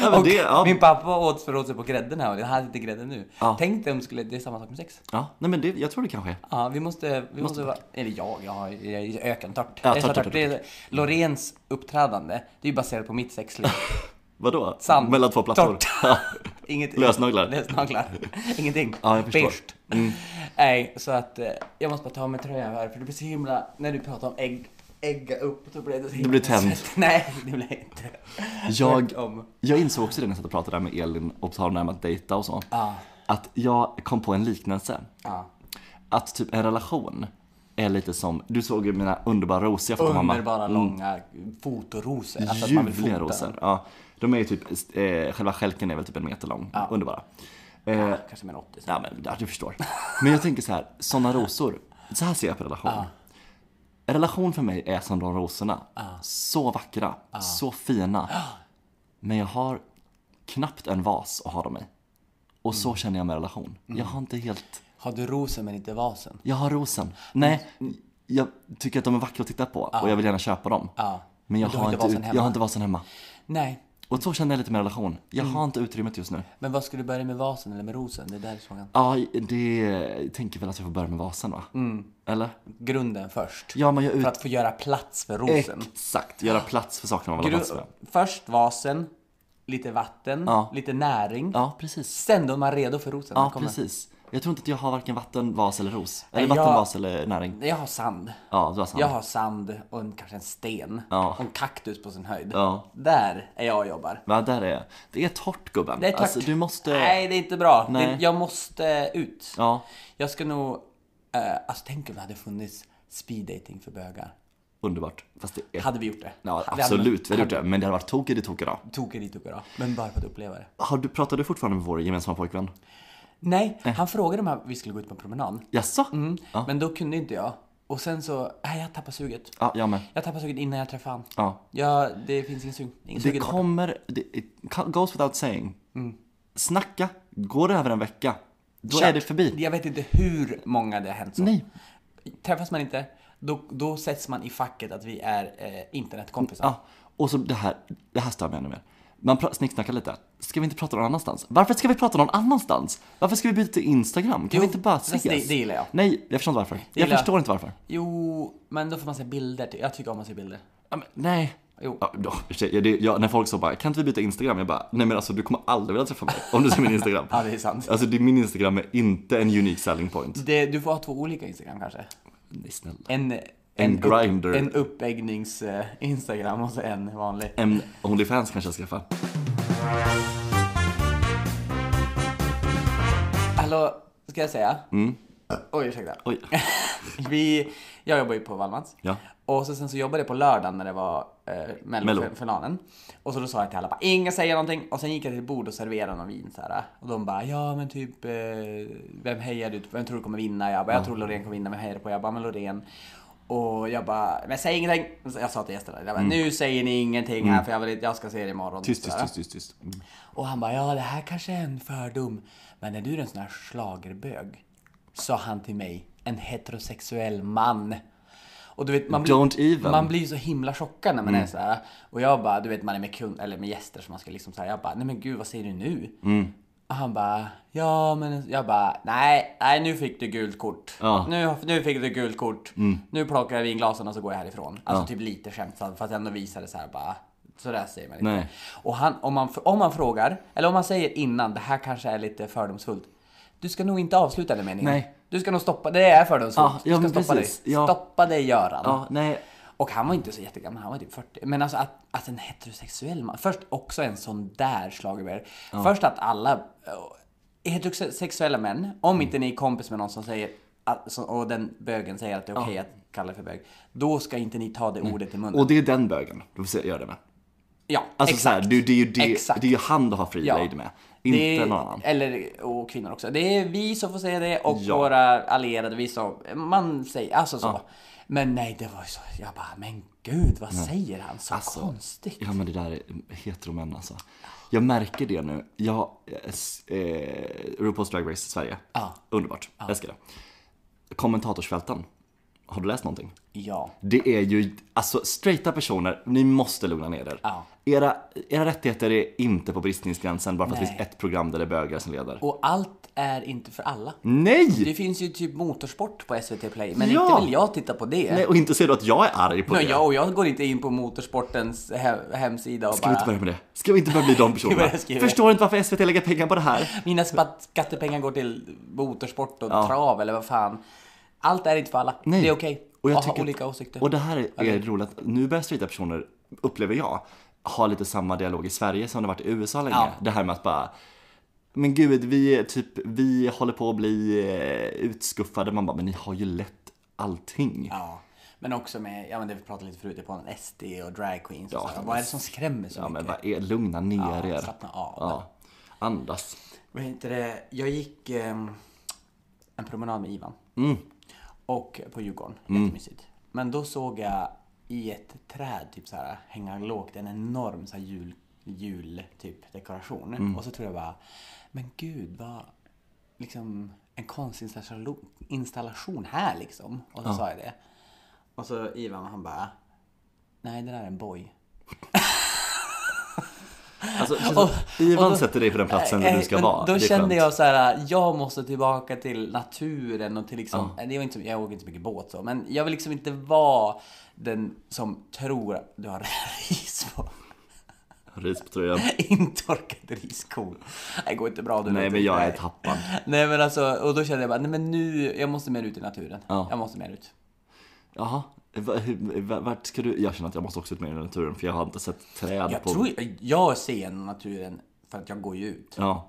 Speaker 1: men
Speaker 2: Och
Speaker 1: det, ja.
Speaker 2: Min pappa åt för åt sig på grädden här och jag hade inte grädden nu.
Speaker 1: Ja.
Speaker 2: Tänk dig om det skulle, det är samma sak med sex.
Speaker 1: ja, nej men det, jag tror det kanske är.
Speaker 2: Ja, vi måste, vi måste vara, eller jag, jag, har- jag är ökentört.
Speaker 1: Ja,
Speaker 2: det är så
Speaker 1: tört, tört,
Speaker 2: tört. Det är- Lorens uppträdande, det är ju baserat på
Speaker 1: [LAUGHS]
Speaker 2: mitt sexliv.
Speaker 1: Vadå?
Speaker 2: Sant.
Speaker 1: Mellan två plattor? [LAUGHS]
Speaker 2: Torrt. Inget,
Speaker 1: Lösnaglar.
Speaker 2: [LAUGHS] Lösnaglar. Ingenting.
Speaker 1: Ja, jag förstår. Mm.
Speaker 2: Beige. Nej, så att eh, jag måste bara ta av mig tröjan här för det blir så himla, när du pratar om ägg, ägga upp, då blir det så himla
Speaker 1: blir tänd.
Speaker 2: svett. [LAUGHS] Nej, det blir inte.
Speaker 1: Jag,
Speaker 2: Tvärtom.
Speaker 1: jag insåg också det när jag satt och pratade där med Elin och tal om det här med att dejta och så.
Speaker 2: Ja.
Speaker 1: Att jag kom på en liknelse.
Speaker 2: Ja.
Speaker 1: Att typ en relation är lite som, du såg ju mina underbara rosor jag fått av mamma. Mm.
Speaker 2: Underbara långa fotorosor. Alltså att man vill
Speaker 1: Ljuvliga
Speaker 2: fota.
Speaker 1: rosor. Ja, de är ju typ, eh, själva stjälken är väl typ en meter lång. Underbara. Eh,
Speaker 2: Kanske med en 80
Speaker 1: ja men ja, du förstår. Men jag tänker så här, sådana rosor. Så här ser jag på relation. En relation för mig är som de rosorna. Så vackra, så fina. Men jag har knappt en vas att ha dem i. Och så
Speaker 2: Mm.
Speaker 1: känner jag med relation. Jag har inte helt...
Speaker 2: Har du rosen men inte vasen?
Speaker 1: Jag har rosen. Nej,
Speaker 2: Mm.
Speaker 1: jag tycker att de är vackra att titta på och jag vill gärna köpa dem.
Speaker 2: Ja.
Speaker 1: Men jag
Speaker 2: Men du har
Speaker 1: har,
Speaker 2: inte
Speaker 1: inte
Speaker 2: vasen
Speaker 1: ut,
Speaker 2: hemma.
Speaker 1: jag har inte vasen hemma.
Speaker 2: Nej.
Speaker 1: Och så känner jag lite med relation. Jag har inte utrymmet just nu.
Speaker 2: Men vad ska du börja med vasen eller med rosen? Det är där frågan.
Speaker 1: Ja, det jag tänker väl att jag får börja med vasen va? Eller?
Speaker 2: Grunden först.
Speaker 1: Ja, men jag ut...
Speaker 2: För att få göra plats för rosen.
Speaker 1: Exakt, göra plats för saker man vill ha plats
Speaker 2: Gru-
Speaker 1: för.
Speaker 2: först vasen, lite vatten,
Speaker 1: Ja.
Speaker 2: lite näring.
Speaker 1: Ja, precis.
Speaker 2: Sen då är man redo för rosen. Den
Speaker 1: Ja,
Speaker 2: kommer.
Speaker 1: precis. Jag tror inte att jag har varken vattenvas eller ros. Eller
Speaker 2: Nej, jag-
Speaker 1: vattenvas eller näring.
Speaker 2: Jag har sand.
Speaker 1: Ja, du har sant.
Speaker 2: Jag har sand och en, kanske en sten.
Speaker 1: Ja.
Speaker 2: Och en kaktus på sin höjd.
Speaker 1: Ja.
Speaker 2: Där är jag och jobbar.
Speaker 1: Va, där är jag. Det är torrt gubben.
Speaker 2: Det är tört.
Speaker 1: Alltså, du Alltså, måste...
Speaker 2: Nej, det är inte bra.
Speaker 1: Nej.
Speaker 2: Det, jag måste ut.
Speaker 1: Ja.
Speaker 2: Jag ska nog Eh, alltså tänk om det hade funnits speed dating för bögar.
Speaker 1: Underbart. Fast det är...
Speaker 2: Hade vi gjort det?
Speaker 1: Ja,
Speaker 2: hade
Speaker 1: absolut, vi hade gjort det. Men det hade varit tokigt i tokiga då.
Speaker 2: Tokig dit och bra. Men bara för att uppleva det.
Speaker 1: Har du, pratar du fortfarande med vår gemensamma pojkvän?
Speaker 2: Nej,
Speaker 1: Eh.
Speaker 2: han frågade om vi skulle gå ut på en promenad.
Speaker 1: Jaså?
Speaker 2: Mm, Men då kunde inte jag. Och sen så, nej jag tappade suget.
Speaker 1: Ja, jag med.
Speaker 2: Jag tappade suget innan jag träffade han.
Speaker 1: Ja.
Speaker 2: Ja, det finns ingen sug. Ingen sug
Speaker 1: Det
Speaker 2: i det. Mm.
Speaker 1: kommer, det, it goes without saying. Snacka, går det över en vecka, då är det förbi.
Speaker 2: Jag vet inte hur många det har hänt så.
Speaker 1: Nej.
Speaker 2: Träffas man inte, då, då sätts man i facket att vi är eh, internetkompisar.
Speaker 1: Ja. Och så det här, det här stör mig ännu mer. Man pra- snicksnackar lite. Ska vi inte prata någon annanstans? Varför ska vi prata någon annanstans? Varför ska vi byta till Instagram? Kan
Speaker 2: Jo,
Speaker 1: vi inte bara
Speaker 2: fast
Speaker 1: ses?
Speaker 2: det- det gillar jag.
Speaker 1: Nej, jag förstår inte varför. Jag
Speaker 2: gillar-
Speaker 1: förstår inte varför.
Speaker 2: Jo, men då får man se bilder. till- Jag tycker om att se bilder.
Speaker 1: Ja, men, nej.
Speaker 2: Jo.
Speaker 1: Ja, då, ursäkta, det, jag, när folk så bara, kan inte vi byta Instagram? Jag bara, nej men alltså du kommer aldrig vilja träffa mig om du ser min Instagram.
Speaker 2: [LAUGHS] Ja, det är sant.
Speaker 1: Alltså det, min Instagram är inte en unique selling point.
Speaker 2: Det, du får ha två olika Instagram kanske.
Speaker 1: Nej snälla.
Speaker 2: En, en,
Speaker 1: Grindr.
Speaker 2: Upp, en uppäggnings-Instagram och så en vanlig.
Speaker 1: En Onlyfans kanske jag ska skaffa.
Speaker 2: Hallå, ska jag säga? Oj, ursäkta. [LAUGHS]
Speaker 1: Oj.
Speaker 2: Vi, jag jobbar ju på Wallmans.
Speaker 1: Ja.
Speaker 2: Och så, sen så jobbade jag på lördagen när det var eh,
Speaker 1: Mello.
Speaker 2: Mellofinalen. Och så då sa jag till alla bara, ingen säger någonting. Och sen gick jag till ett bord och serverade någon vin så här. Och de bara, ja men typ, eh, vem hejar du Vem tror du kommer vinna? Jag bara, jag tror Loreen kommer vinna. Vem hejar du på? Jag bara, men Loreen. Och jag bara, men säg ingenting. Så Jag sa till gästerna, jag bara, nu säger ni ingenting här för jag, vill, inte- jag ska se det imorgon.
Speaker 1: Mm. Tyst,
Speaker 2: Så här.
Speaker 1: tyst, tyst, tyst, tyst. Mm.
Speaker 2: Och han bara, ja det här kanske är en fördom, men är du en sån här schlagerbög? Sa han till mig, en heterosexuell man. Och du vet, man
Speaker 1: Don't even. Mm.
Speaker 2: man blir ju så himla chockad när man är så här. Och jag bara, du vet man är med kund, eller med gäster som man ska liksom säga jag bara, nej men gud vad säger du nu?
Speaker 1: Mm.
Speaker 2: Och han bara, ja men, jag bara, nej, nej nu fick du gult kort.
Speaker 1: Ja. Mm.
Speaker 2: Nu, nu fick du gult kort. Nu plockar jag vinglasen och så går jag härifrån. Alltså typ lite skämtsamt, fast ändå visade så här bara, så där säger man inte.
Speaker 1: Nej.
Speaker 2: Och han, om, man, om man frågar, eller om man säger innan, det här kanske är lite fördomsfullt. Du ska nog inte avsluta den meningen.
Speaker 1: Nej.
Speaker 2: Du ska nog stoppa, det är fördomsfullt.
Speaker 1: Ja, ja,
Speaker 2: du ska
Speaker 1: men
Speaker 2: stoppa
Speaker 1: precis.
Speaker 2: dig.
Speaker 1: Ja.
Speaker 2: Stoppa dig Göran.
Speaker 1: Ja, nej.
Speaker 2: Och han var inte så jättegammal, han var typ 40. Men alltså att, att en heterosexuell man, först också en sån där schlagerberg. Först att alla eh, heterosexuella män, om inte ni är kompis med någon som säger att, så- och den bögen säger att det är okej att kalla det för bög, då ska inte ni ta det ordet i munnen.
Speaker 1: Och det är den bögen du får se- göra det med.
Speaker 2: ja,
Speaker 1: Alltså
Speaker 2: exakt.
Speaker 1: så här, det, det, är ju det,
Speaker 2: Exakt.
Speaker 1: det är ju han du har fri
Speaker 2: Ja.
Speaker 1: lejd med. Inte
Speaker 2: Det är-
Speaker 1: någon annan.
Speaker 2: Eller, och kvinnor också. Det är vi som får säga det och
Speaker 1: Ja.
Speaker 2: våra allierade, vi som, man säger, alltså så. Men nej, det var ju så, jag bara, men gud vad säger han? Så
Speaker 1: Alltså,
Speaker 2: konstigt.
Speaker 1: Ja men det där är heteromän alltså. Jag märker det nu. Jag, eh, s- eh, RuPaul's Drag Race Sverige.
Speaker 2: Ja.
Speaker 1: Underbart. Jag älskar det. Kommentatorsfälten. Har du läst någonting?
Speaker 2: Ja.
Speaker 1: Det är ju, alltså straighta personer, ni måste lugna ner er.
Speaker 2: Ja.
Speaker 1: Era, era rättigheter är inte på bristningsgränsen bara för att det
Speaker 2: Nej.
Speaker 1: finns ett program där det är bögar som leder.
Speaker 2: Och allt är inte för alla.
Speaker 1: Nej!
Speaker 2: Det finns ju typ motorsport på SVT Play, men
Speaker 1: Ja!
Speaker 2: inte vill jag titta på det.
Speaker 1: Nej! Och inte säger du att jag är arg på
Speaker 2: Nå,
Speaker 1: det.
Speaker 2: jag, och jag går inte in på motorsportens he- hemsida och
Speaker 1: Ska vi inte
Speaker 2: bara...
Speaker 1: börja med det? Ska vi inte börja bli
Speaker 2: [LAUGHS]
Speaker 1: de personerna?
Speaker 2: börjar skriva.
Speaker 1: Förstår inte varför SVT lägger pengar på det här.
Speaker 2: Mina spat- skattepengar går till motorsport och trav eller vad fan. Allt är inte för alla.
Speaker 1: Nej.
Speaker 2: Det är okej
Speaker 1: Och jag
Speaker 2: att ha
Speaker 1: tycker-
Speaker 2: olika åsikter.
Speaker 1: Och det här är är roligt, nu börjar straighta personer, upplever jag, ha lite samma dialog i Sverige som det varit i USA länge.
Speaker 2: Ja.
Speaker 1: Det här med att bara men gud, vi, är typ, vi håller på att bli eh, utskuffade. Man bara, men ni har ju lätt allting.
Speaker 2: Ja. Men också med, ja men det vi pratade lite förut på en SD och drag queens och
Speaker 1: Ja,
Speaker 2: så här.
Speaker 1: men-
Speaker 2: Vad är det som skrämmer så
Speaker 1: Ja, men
Speaker 2: mycket?
Speaker 1: vad är, lugna ner er.
Speaker 2: slappna av.
Speaker 1: Ja. Andas.
Speaker 2: Vad heter det? Jag gick ehm, en promenad med Ivan. Och på Djurgården. Jättemysigt. Men då såg jag i ett träd typ så här hänga lågt en enorm så här jul, jul typ dekoration. Och så tror jag bara, men gud vad liksom en konstinstallation installation här liksom. Och så sa jag det. Och så Ivan han bara, nej det där är en boj.
Speaker 1: Alltså, det känns som att Ivan sätter dig på den platsen där
Speaker 2: Nej,
Speaker 1: du ska
Speaker 2: men
Speaker 1: vara.
Speaker 2: Eh, Då
Speaker 1: Det är
Speaker 2: kände
Speaker 1: skönt.
Speaker 2: jag så här, eh, jag måste tillbaka till naturen och till liksom, det var inte, så- jag åker inte så mycket båt så, men jag vill liksom inte vara den som tror att du har [LAUGHS] ris på,
Speaker 1: Ris på tröjan.
Speaker 2: intorkad riskorn. Det går inte bra. Du
Speaker 1: Nej,
Speaker 2: vet.
Speaker 1: men jag är tappad.
Speaker 2: Nej men alltså, och då kände jag bara, nej men nu, jag måste mer ut i naturen.
Speaker 1: Ja.
Speaker 2: Jag måste mer ut.
Speaker 1: Jaha, va, hur, va, vart ska du? Jag känner att jag måste också ut med i naturen för jag har inte sett träd
Speaker 2: Jag
Speaker 1: på...
Speaker 2: tror, jag ser naturen för att jag går ju ut.
Speaker 1: Ja.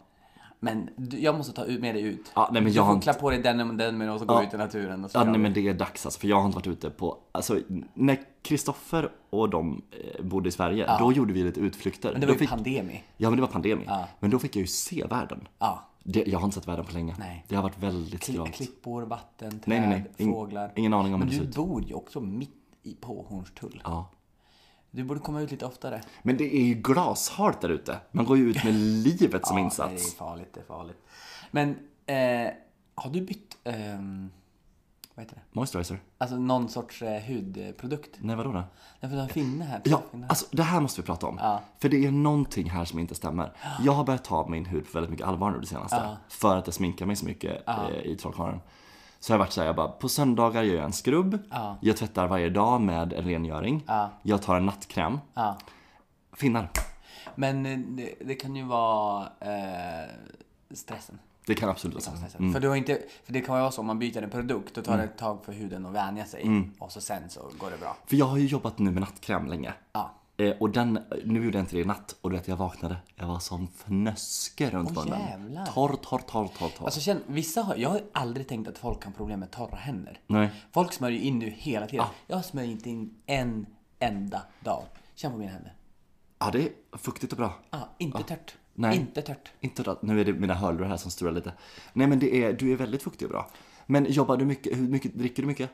Speaker 2: Men du, jag måste ta ut- med dig ut.
Speaker 1: Ja, nej, men
Speaker 2: du
Speaker 1: jag har
Speaker 2: får
Speaker 1: inte-
Speaker 2: klä på dig den och den men och så gå ut i naturen. Och så
Speaker 1: Ja,
Speaker 2: gör
Speaker 1: nej,
Speaker 2: vi.
Speaker 1: men det är dags alltså, för jag har inte varit ute på... Alltså, när Kristoffer och de eh, bodde i Sverige, då gjorde vi lite utflykter.
Speaker 2: men det
Speaker 1: Då
Speaker 2: var ju
Speaker 1: fick,
Speaker 2: pandemi.
Speaker 1: ja, men det var pandemi. Men då fick jag ju se världen.
Speaker 2: Ja.
Speaker 1: Det, jag har inte sett världen på länge.
Speaker 2: Nej.
Speaker 1: Det har varit väldigt
Speaker 2: Kli-
Speaker 1: skralt.
Speaker 2: Klippor, vatten, träd,
Speaker 1: Nej, nej, nej. Ing-
Speaker 2: fåglar.
Speaker 1: ingen aning om
Speaker 2: men
Speaker 1: hur det
Speaker 2: du
Speaker 1: ser ut.
Speaker 2: bor ju också mitt i, på Hornstull.
Speaker 1: Ja.
Speaker 2: Du borde komma ut lite oftare.
Speaker 1: Men det är ju glashart där ute. Man går ju ut
Speaker 2: [LAUGHS]
Speaker 1: med livet som
Speaker 2: Nej, det är
Speaker 1: insats.
Speaker 2: farligt, det är farligt. Men eh, har du bytt, ehm, vad heter det?
Speaker 1: Moisturizer?
Speaker 2: Alltså någon sorts eh, hudprodukt?
Speaker 1: Nej, vadå då?
Speaker 2: Därför du har en finne här.
Speaker 1: Ja,
Speaker 2: Finne här.
Speaker 1: alltså det här måste vi prata om. För det är någonting här som inte stämmer. Jag har börjat ta min hud på väldigt mycket allvar nu det senaste. För att jag sminkar mig så mycket eh, i Trollkarlen. Så jag har varit såhär, jag bara, på söndagar gör jag en skrubb. Jag tvättar varje dag med en rengöring. Jag tar en nattkräm.
Speaker 2: Ja.
Speaker 1: Finnar.
Speaker 2: Men eh, det, det kan ju vara eh, stressen.
Speaker 1: Det kan absolut vara sant.
Speaker 2: stressen. För, du har inte, för det kan vara så om man byter en produkt, då tar
Speaker 1: Mm.
Speaker 2: det ett tag för huden att vänja sig. Och så sen så går det bra.
Speaker 1: För jag har ju jobbat nu med nattkräm länge.
Speaker 2: Ja.
Speaker 1: Eh, och den, nu gjorde jag inte det i natt och du vet jag vaknade, jag var som fnöske runt
Speaker 2: Åh,
Speaker 1: munnen.
Speaker 2: jävlar.
Speaker 1: Torr, torr, torr, torr, torr.
Speaker 2: Alltså känn, vissa har, jag har aldrig tänkt att folk kan problem med torra händer.
Speaker 1: Nej. Ah.
Speaker 2: Folk smörjer ju in nu hela tiden. Jag smörjer inte in en enda dag. Känn på mina händer.
Speaker 1: Ja, det är fuktigt och bra.
Speaker 2: Ah, inte tört.
Speaker 1: Nej.
Speaker 2: Inte tört.
Speaker 1: Inte då, nu är det mina hörlurar här som strular lite. Nej men det är, du är väldigt fuktig och bra. Men jobbar du mycket, hur mycket, dricker du mycket?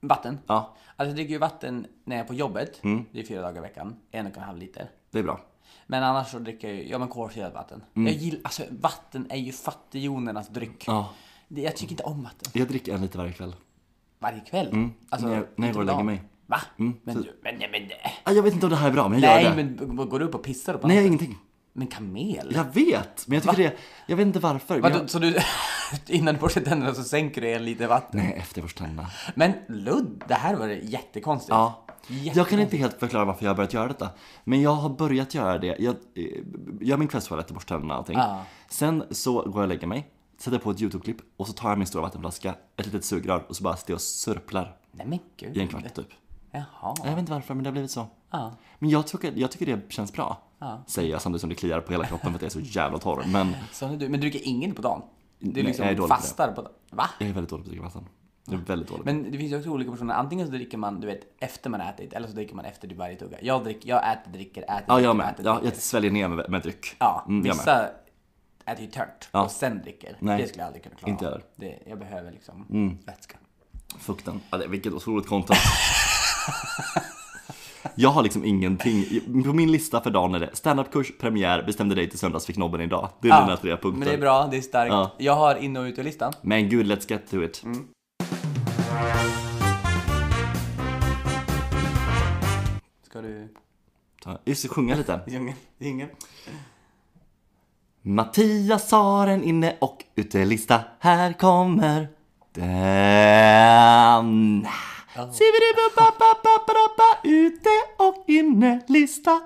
Speaker 2: Vatten.
Speaker 1: Ja,
Speaker 2: Alltså jag dricker ju vatten när jag är på jobbet.
Speaker 1: Mm.
Speaker 2: Det är fyra dagar i veckan. En och en halv liter.
Speaker 1: det är bra.
Speaker 2: Men annars så dricker jag ju, ja men kolsyrat vatten.
Speaker 1: Mm.
Speaker 2: Jag gillar, alltså vatten är ju fattigjonernas dryck.
Speaker 1: Ja.
Speaker 2: Det, jag tycker inte om vatten.
Speaker 1: Jag dricker en lite varje kväll.
Speaker 2: Varje kväll. Alltså,
Speaker 1: Mm. När jag- när jag går och lägger
Speaker 2: inte om dagen.
Speaker 1: mig.
Speaker 2: Va? Men du, men, men, men
Speaker 1: Ah, jag vet inte om det här är bra men jag gör det.
Speaker 2: Nej men b- b- går du upp och pissar upp?
Speaker 1: Nej, jag gör ingenting.
Speaker 2: Men kamel?
Speaker 1: Jag vet, men jag tycker det, jag vet inte varför. Men
Speaker 2: Vadå,
Speaker 1: jag,
Speaker 2: Så du, [LAUGHS] innan du borstar tänderna så sänker du en liter vatten?
Speaker 1: nej, efter jag borstar tänderna.
Speaker 2: Men Ludd, det här var jättekonstigt.
Speaker 1: Ja. Jag kan
Speaker 2: Jättekonstigt.
Speaker 1: inte helt förklara varför jag har börjat göra detta. Men jag har börjat göra det. Jag eh, gör min kvällstoalett och borstar tänderna och allting.
Speaker 2: Ja.
Speaker 1: Sen så går jag och lägger mig, sätter på ett YouTube-klipp och så tar jag min stora vattenflaska, ett litet sugrör och så bara sitter jag och sörplar
Speaker 2: Nej men gud.
Speaker 1: i en kvart typ.
Speaker 2: Jaha.
Speaker 1: Jag vet inte varför men det har blivit så. Men jag tycker, jag tycker det känns bra. Säger jag samtidigt som det kliar på hela kroppen för att jag är så jävla torr. Men
Speaker 2: Så nu du, men du dricker ingen på dagen? Du
Speaker 1: Nej,
Speaker 2: liksom
Speaker 1: jag är dålig på det.
Speaker 2: fastar på dagen? Va?
Speaker 1: jag är väldigt dålig på att dricka vatten. Jag är väldigt dålig.
Speaker 2: Men det finns ju också olika personer. Antingen så dricker man, du vet, efter man ätit eller så dricker man efter du varje tugga. Jag dricker, jag äter, dricker, äter,
Speaker 1: ja, jag
Speaker 2: dricker,
Speaker 1: med.
Speaker 2: äter,
Speaker 1: Ja,
Speaker 2: dricker.
Speaker 1: jag sväljer ner med, med dryck.
Speaker 2: Ja,
Speaker 1: Mm, jag med.
Speaker 2: vissa äter ju tört och sen dricker.
Speaker 1: Nej.
Speaker 2: Det skulle jag aldrig kunna klara
Speaker 1: Inte
Speaker 2: av.
Speaker 1: jag heller. Mm.
Speaker 2: det, Jag behöver liksom vätska.
Speaker 1: Fukten. Ja, det- vilket otroligt content. Jag har liksom ingenting. På min lista för dagen är det standupkurs, premiär, bestämde dig till söndags, fick nobben idag. Det är mina tre punkter.
Speaker 2: Men det är bra, det är starkt.
Speaker 1: Ja.
Speaker 2: Jag har in och utelistan.
Speaker 1: Men gud, let's get to it.
Speaker 2: Mm. Ska du...
Speaker 1: Ta- Just det, sjunga lite.
Speaker 2: Djungeln? Djungeln?
Speaker 1: Mattias har en inne och utelista. Här kommer den.
Speaker 2: Oh.
Speaker 1: Sibidibubababababa, Ute och inne-lista.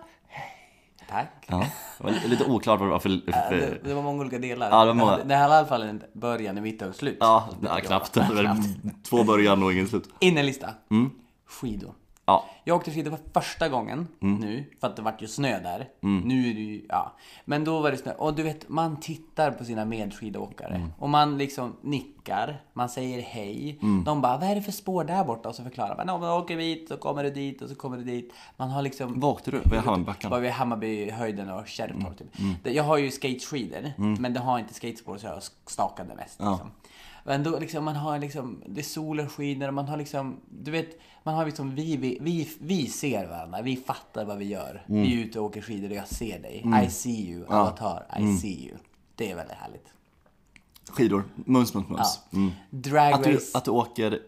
Speaker 2: Tack.
Speaker 1: Ja, det var li- lite oklart vad det var för...
Speaker 2: Det,
Speaker 1: för
Speaker 2: det var många olika delar.
Speaker 1: Ja, det var många.
Speaker 2: Det, det här i alla fall en början, en mitten och slut.
Speaker 1: ja, nej, knappt. Det var Två början och ingen slut.
Speaker 2: Innelista.
Speaker 1: Mm.
Speaker 2: Skidor.
Speaker 1: Ja,
Speaker 2: Jag åkte skidor för första gången
Speaker 1: Mm.
Speaker 2: nu, för att det vart ju snö där. Nu är det ju, ja. Men då var det snö. Och du vet, man tittar på sina medskidåkare.
Speaker 1: Mm.
Speaker 2: Och man liksom nickar, man säger hej.
Speaker 1: Mm.
Speaker 2: De bara, vad är det för spår där borta? Och så förklarar man, "Ja, men åker vi hit, så kommer du dit och så kommer du dit. Man har liksom...
Speaker 1: vad åkte du? Var jag Hammarbybacken?
Speaker 2: Var vid Hammarbyhöjden och
Speaker 1: Mm.
Speaker 2: Kärrtorp typ. Det- Jag har ju skateskidor, men det har inte skatespår så jag stakade mest. Liksom. Men då liksom, man har liksom, det är solen skiner och man har liksom, du vet, man har liksom, vi, vi, vi, vi ser varandra, vi fattar vad vi gör.
Speaker 1: Mm.
Speaker 2: Vi är ute och åker skidor och jag ser dig. I see you, avatar, I
Speaker 1: Mm.
Speaker 2: see you. Det är väldigt härligt.
Speaker 1: Skidor. Mums, mums, mums. Mm.
Speaker 2: Drag
Speaker 1: Att, du,
Speaker 2: race.
Speaker 1: att du åker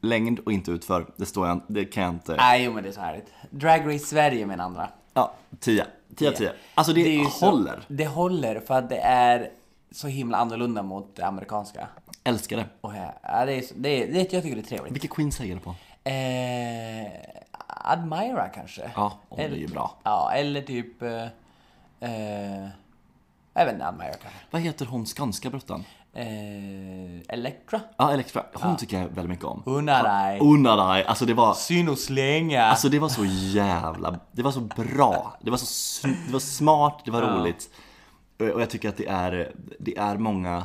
Speaker 1: längd och inte utför, det står jag Det kan jag inte...
Speaker 2: Nej, jo, men det är så härligt. Drag race Sverige med andra.
Speaker 1: Ja, 10. 10 10. Alltså det,
Speaker 2: ju så-
Speaker 1: håller.
Speaker 2: det håller för att det är så himla annorlunda mot det amerikanska.
Speaker 1: Älskar det.
Speaker 2: Och här, ja, det är, så- det är, det, jag tycker det är trevligt.
Speaker 1: Vilka Queen säger det på?
Speaker 2: Eh, Admira kanske?
Speaker 1: Ja, åh, det är ju bra.
Speaker 2: Ja, eller typ... Eh, eh, jag vet inte, Admira kanske.
Speaker 1: Vad heter hon skånska brottan?
Speaker 2: Eh, Elektra?
Speaker 1: Ja, Elektra. Hon tycker jag väldigt mycket om.
Speaker 2: Unna dig!
Speaker 1: Unadai. Alltså det var...
Speaker 2: Syn och slänga!
Speaker 1: Alltså det var så jävla... Det var så bra. Det var så sn- det var smart, det var roligt. Och och jag tycker att det är, det är många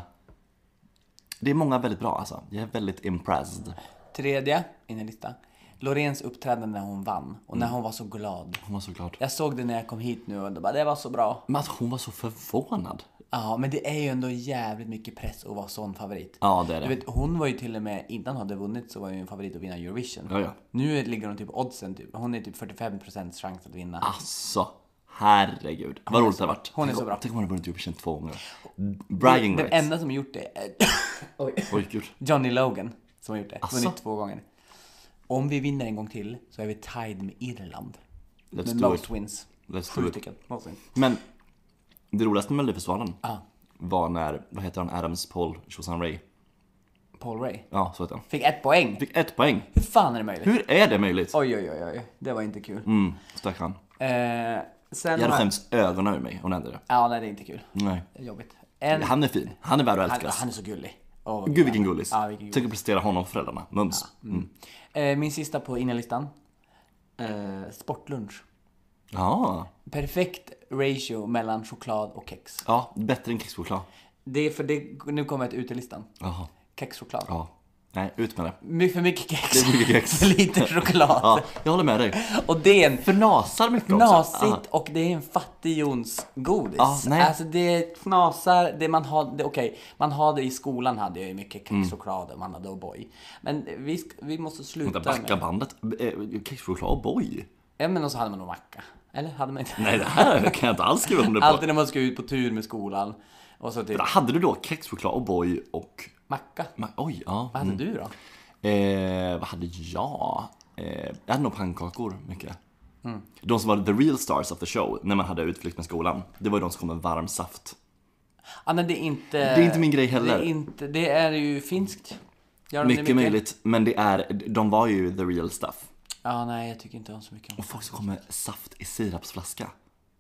Speaker 1: Det är många väldigt bra alltså. Jag är väldigt impressed.
Speaker 2: Tredje, in i listan. Loreens uppträdande när hon vann och
Speaker 1: Mm.
Speaker 2: när hon var så glad.
Speaker 1: Hon var så glad.
Speaker 2: Jag såg det när jag kom hit nu och då bara, det var så bra.
Speaker 1: Men att hon var så förvånad.
Speaker 2: Ja, men det är ju ändå jävligt mycket press att vara sån favorit.
Speaker 1: Ja, det är
Speaker 2: Du
Speaker 1: det.
Speaker 2: vet, hon var ju till och med, innan hon hade vunnit så var hon ju en favorit att vinna Eurovision.
Speaker 1: Ja, ja.
Speaker 2: Nu ligger hon typ oddsen, typ. hon är typ 45% chans att vinna.
Speaker 1: Alltså, herregud. Vad roligt det hade varit.
Speaker 2: hon är
Speaker 1: Tänk
Speaker 2: så
Speaker 1: om-
Speaker 2: bra.
Speaker 1: Tänk om hon hade vunnit Eurovision två gånger. Bragging
Speaker 2: Den
Speaker 1: rights.
Speaker 2: enda som gjort det är [COUGHS] Oj.
Speaker 1: Oj gud.
Speaker 2: Johnny Logan som har gjort det.
Speaker 1: Asså?
Speaker 2: Vunnit två gånger. Om vi vinner en gång till så är vi tied med Irland.
Speaker 1: Let's
Speaker 2: med
Speaker 1: do
Speaker 2: most
Speaker 1: it.
Speaker 2: wins.
Speaker 1: Let's do
Speaker 2: Sju
Speaker 1: it.
Speaker 2: stycken. Most wins.
Speaker 1: Men det roligaste med Melodifestivalen
Speaker 2: Ah,
Speaker 1: var när, vad heter han, Adams Paul Chosan Ray?
Speaker 2: Paul Ray.
Speaker 1: Ja, så heter han.
Speaker 2: Fick ett poäng.
Speaker 1: Fick ett poäng.
Speaker 2: Hur fan är det möjligt?
Speaker 1: Hur är det möjligt?
Speaker 2: Oj, oj, oj, oj. Det var inte kul.
Speaker 1: Mm, stackarn.
Speaker 2: Eh, sen...
Speaker 1: Jag hade skämts ögonen ur mig om det hände det.
Speaker 2: Ja, nej, det är inte kul.
Speaker 1: Nej.
Speaker 2: Jobbigt. En...
Speaker 1: Han är fin. Han är värd att
Speaker 2: Han,
Speaker 1: älskas.
Speaker 2: han är så gullig. Åh, vad
Speaker 1: Gud
Speaker 2: kul.
Speaker 1: vilken gullis.
Speaker 2: Ja, vilken
Speaker 1: Tänk att prestera honom och föräldrarna. Mums. Mm.
Speaker 2: Eh, min sista på innerlistan. Eh, sportlunch.
Speaker 1: Ja.
Speaker 2: Perfekt ratio mellan choklad och kex.
Speaker 1: Ja, bättre än kexchoklad.
Speaker 2: Det är för det, nu kommer jag till utelistan.
Speaker 1: Jaha.
Speaker 2: Kexchoklad.
Speaker 1: Ja. Nej, ut med det.
Speaker 2: My, för mycket kex.
Speaker 1: Det är mycket kex.
Speaker 2: [LAUGHS] för lite
Speaker 1: [LAUGHS]
Speaker 2: choklad.
Speaker 1: Ja, jag håller med dig.
Speaker 2: Och det är en
Speaker 1: Fnasar mycket också. Ja.
Speaker 2: knasigt och det är en fattigjonsgodis.
Speaker 1: Ja, nej.
Speaker 2: alltså det knasar, det man har, det- okej, man har det i skolan hade jag ju mycket
Speaker 1: Mm.
Speaker 2: kexchoklad och man hade O'boy. Men vi, sk- vi måste sluta
Speaker 1: Vänta, Backa bandet. Eh, Kexchoklad och boy.
Speaker 2: Ja men och så hade man nog macka. Eller hade man inte?
Speaker 1: Nej, det här kan jag inte alls skriva under på.
Speaker 2: Alltid när man ska ut på tur med skolan. Och så typ
Speaker 1: Hade du då kexchoklad och boy och...
Speaker 2: macka.
Speaker 1: ma- Oj, ja.
Speaker 2: Vad hade du då?
Speaker 1: Eh, vad hade jag? Eh, jag hade nog pannkakor mycket. De som var the real stars of the show, när man hade utflykt med skolan, det var ju de som kom med varm saft.
Speaker 2: Ah, nej, det är inte...
Speaker 1: Det är inte min grej heller.
Speaker 2: Det är, inte, det är ju finskt. Gör de det
Speaker 1: Mycket, möjligt, men det är, de var ju the real stuff.
Speaker 2: Ja, nej, jag tycker inte om så mycket om.
Speaker 1: Och folk som kom med saft i sirapsflaska.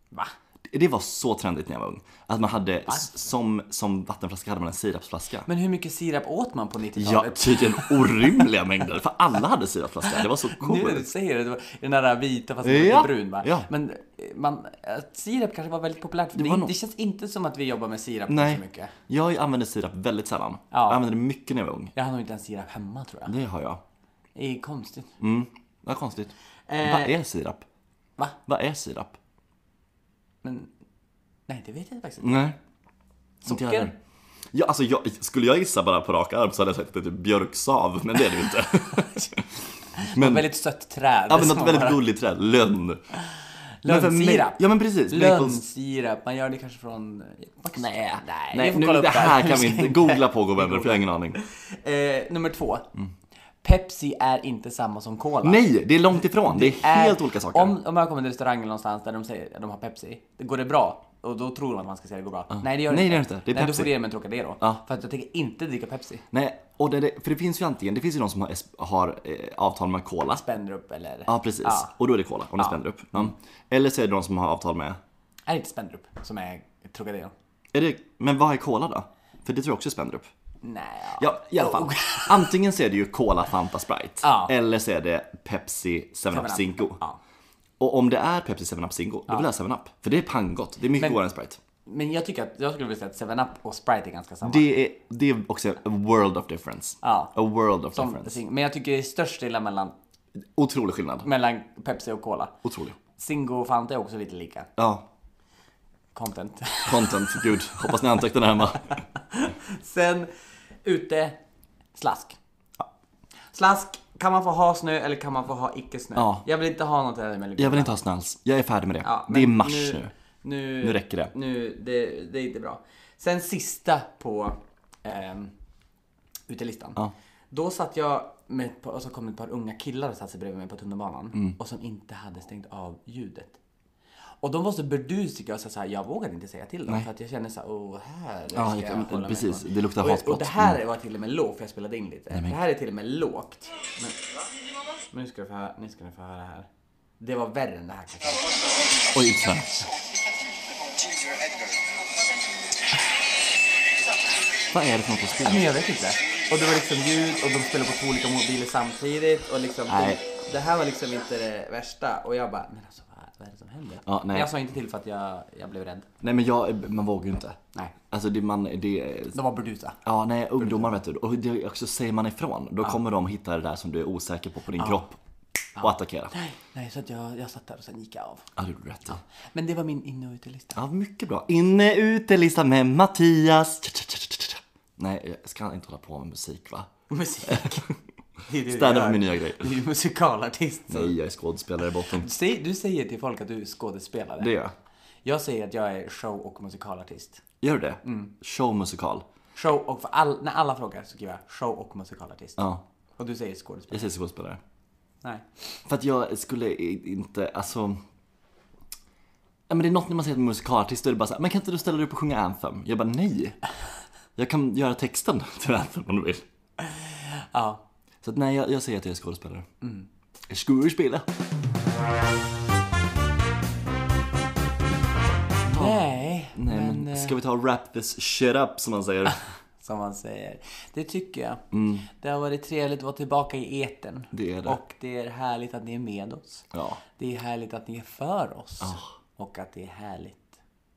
Speaker 2: Va?
Speaker 1: Det var så trendigt när jag var ung. Att man hade, s- som, som vattenflaska hade man en sirapsflaska.
Speaker 2: Men hur mycket sirap åt man på
Speaker 1: Ja,
Speaker 2: 90-talet?
Speaker 1: tydligen orimliga mängder, för alla hade sirapsflaska. Det var så
Speaker 2: Nu när du
Speaker 1: coolt.
Speaker 2: säger det, det var den där vita fast den var
Speaker 1: Ja.
Speaker 2: lite brun va?
Speaker 1: Ja.
Speaker 2: Men eh, man, eh, sirap kanske var väldigt populärt. För det,
Speaker 1: var
Speaker 2: är-
Speaker 1: nog-
Speaker 2: det känns inte som att vi jobbar med sirap
Speaker 1: Nej.
Speaker 2: så mycket.
Speaker 1: Jag använde sirap väldigt sällan. Jag använde det mycket när jag var ung.
Speaker 2: Jag har nog inte ens sirap hemma tror jag.
Speaker 1: Det har jag.
Speaker 2: Det är konstigt.
Speaker 1: Mm, vad konstigt.
Speaker 2: Eh.
Speaker 1: Vad är sirap?
Speaker 2: Va?
Speaker 1: Vad är sirap?
Speaker 2: Men nej, det vet jag faktiskt inte.
Speaker 1: Nej. Inte jag
Speaker 2: Socker?
Speaker 1: heller. Ja, alltså jag, skulle jag gissa bara på rak arm så hade jag sagt att det är typ björksav, men det är det ju
Speaker 2: [LAUGHS]
Speaker 1: inte. men,
Speaker 2: Väldigt sött träd.
Speaker 1: ja, men
Speaker 2: som
Speaker 1: något väldigt
Speaker 2: bara-
Speaker 1: gulligt träd, lönn. Men för mig-
Speaker 2: Lönnsirap.
Speaker 1: Ja men precis, Maples.
Speaker 2: Lönnsirap, man gör det kanske från... Nej, nej,
Speaker 1: Nej,
Speaker 2: vi får
Speaker 1: nu,
Speaker 2: kolla
Speaker 1: det
Speaker 2: upp
Speaker 1: här
Speaker 2: Vi
Speaker 1: kan vi
Speaker 2: ska
Speaker 1: inte googla på gubben, för jag har ingen aning.
Speaker 2: [LAUGHS] Eh, nummer två. Pepsi är inte samma som Cola.
Speaker 1: Mm. Nej, det är långt ifrån. Det är
Speaker 2: Är-
Speaker 1: helt olika saker.
Speaker 2: Om, om jag kommer till restaurangen någonstans där de säger att de har Pepsi, det går det bra? Och då tror man att man ska säga det går bra. Nej det gör
Speaker 1: Nej,
Speaker 2: inte.
Speaker 1: det gör det inte. Det är
Speaker 2: Nej, då
Speaker 1: Pepsi.
Speaker 2: får du ge mig en Trocadero.
Speaker 1: Ja.
Speaker 2: För att jag tänker inte dricka Pepsi.
Speaker 1: Nej, och det, det, för det finns ju antingen, det finns ju de som har, es- har eh, avtal med Cola.
Speaker 2: Spänner upp eller?
Speaker 1: Ja, precis.
Speaker 2: Ja. Mm.
Speaker 1: Och då är det Cola, om det spänner upp. Ja. Eller så är det de som har avtal med
Speaker 2: Är det inte spänner upp som är Trocadero?
Speaker 1: Är det, men vad är cola då? För det tror jag också spänner upp.
Speaker 2: Nej.
Speaker 1: Ja, i alla
Speaker 2: [LAUGHS]
Speaker 1: fall. Antingen så är det ju Cola Fanta Sprite.
Speaker 2: Oh. Ja.
Speaker 1: Eller så är det Pepsi 7-Up
Speaker 2: up.
Speaker 1: Zinco.
Speaker 2: Ja.
Speaker 1: Och om det är Pepsi 7-Up Zinco, då vill jag 7-Up. För det är pangott. Det är mycket
Speaker 2: Men-
Speaker 1: godare än Sprite.
Speaker 2: Men jag tycker att, jag skulle vilja säga att 7-Up och Sprite är ganska samma.
Speaker 1: Det är, det är också a world of difference.
Speaker 2: Ja.
Speaker 1: A world of
Speaker 2: Som,
Speaker 1: difference.
Speaker 2: Zing- men jag tycker det är störst skillnad mellan,
Speaker 1: Otrolig skillnad.
Speaker 2: mellan Pepsi och Cola.
Speaker 1: Otrolig.
Speaker 2: Zingo och Fanta är också lite lika.
Speaker 1: Ja,
Speaker 2: Content. [LAUGHS]
Speaker 1: content. Gud, hoppas ni har antecknat det hemma.
Speaker 2: Sen ute, slask. Slask, kan man få ha snö eller kan man få ha icke snö?
Speaker 1: Ja.
Speaker 2: Jag vill inte ha något här med
Speaker 1: Jag vill inte ha snälls. Jag är färdig med det.
Speaker 2: Ja,
Speaker 1: det är
Speaker 2: men
Speaker 1: mars nu.
Speaker 2: Nu,
Speaker 1: Nu räcker det.
Speaker 2: Nu, det, det är inte bra. Sen sista på ehm, utelistan.
Speaker 1: Ja.
Speaker 2: Då satt jag med ett par, och så kom ett par unga killar och satte sig bredvid mig på tunnelbanan
Speaker 1: Mm.
Speaker 2: och som inte hade stängt av ljudet. Och de var så berdusiga och så här, jag vågade inte säga till dem för att jag kände så här, åh här ska
Speaker 1: Ja,
Speaker 2: jag
Speaker 1: jag-
Speaker 2: hålla mig
Speaker 1: precis.
Speaker 2: ifrån."
Speaker 1: Det luktar
Speaker 2: Och-
Speaker 1: hatbrott. Mm.
Speaker 2: Och det här var till och med lågt för jag spelade in lite. det här är till och med lågt. Men, men nu ska ni få höra, nu ska ni få höra här. Det var värre än det här kanske.
Speaker 1: Oj, yxan.
Speaker 3: Ginger Edgar.
Speaker 1: Vad är det för något att spela?
Speaker 2: Men jag vet inte. Och det var liksom ljud och de spelade på två olika mobiler samtidigt och liksom
Speaker 1: Nej.
Speaker 2: Det, det här var liksom inte det värsta och jag bara, men alltså vad, vad är det som händer?
Speaker 1: Ja, nej.
Speaker 2: Jag sa inte till för att jag, jag blev rädd.
Speaker 1: Nej men jag, man vågar ju inte.
Speaker 2: Nej.
Speaker 1: Alltså det man, det...
Speaker 2: De var burdusa.
Speaker 1: Ja, nej, ungdomar vet du. Och det är också säger man ifrån, då kommer de hitta det där som du är osäker på, på din kropp. Och attackera.
Speaker 2: Nej, nej, så att jag, jag satt där och sen gick jag av.
Speaker 1: Ja, det gjorde du rätt i.
Speaker 2: Men det var min inne och [LAUGHS] utelista.
Speaker 1: Ja, mycket bra. Inne utelista med Mattias. Tja-tja-tja-tja-tja. Nej, jag ska inte hålla på med musik [LAUGHS] va?
Speaker 2: Musik. Det är det du
Speaker 1: Stand up
Speaker 2: gör.
Speaker 1: är min nya grej.
Speaker 2: Du är ju musikalartist. så.
Speaker 1: Nej, jag är skådespelare i botten.
Speaker 2: Säg- Du säger till folk att du är skådespelare.
Speaker 1: Det gör jag.
Speaker 2: Jag säger att jag är show och musikalartist.
Speaker 1: Gör du det? Showmusikal.
Speaker 2: Show och, för all, när alla frågar så skriver jag show och musikalartist.
Speaker 1: Ja,
Speaker 2: Och du säger skådespelare.
Speaker 1: jag säger skådespelare.
Speaker 2: Nej.
Speaker 1: För att jag skulle i- inte, alltså... Ja, men det är något när man säger att man är musikalartist, då är det bara så här, men kan inte du ställa dig upp och sjunga Anthem? Jag bara, nej. Jag kan göra texten [LAUGHS] till Anthem om du vill.
Speaker 2: Ja.
Speaker 1: Så att, nej, jag, jag säger att jag är skådespelare. Mm. Skådespelare.
Speaker 2: Nej.
Speaker 1: Nej, men, eh,
Speaker 2: men,
Speaker 1: ska vi ta och wrap this shit up som man [LAUGHS] säger?
Speaker 2: som man säger. Det tycker jag. Det har varit trevligt att vara tillbaka i etern.
Speaker 1: Mm. Det är det.
Speaker 2: Och det är härligt att ni är med oss.
Speaker 1: Ja.
Speaker 2: Det är härligt att ni är för oss. Och att det är härligt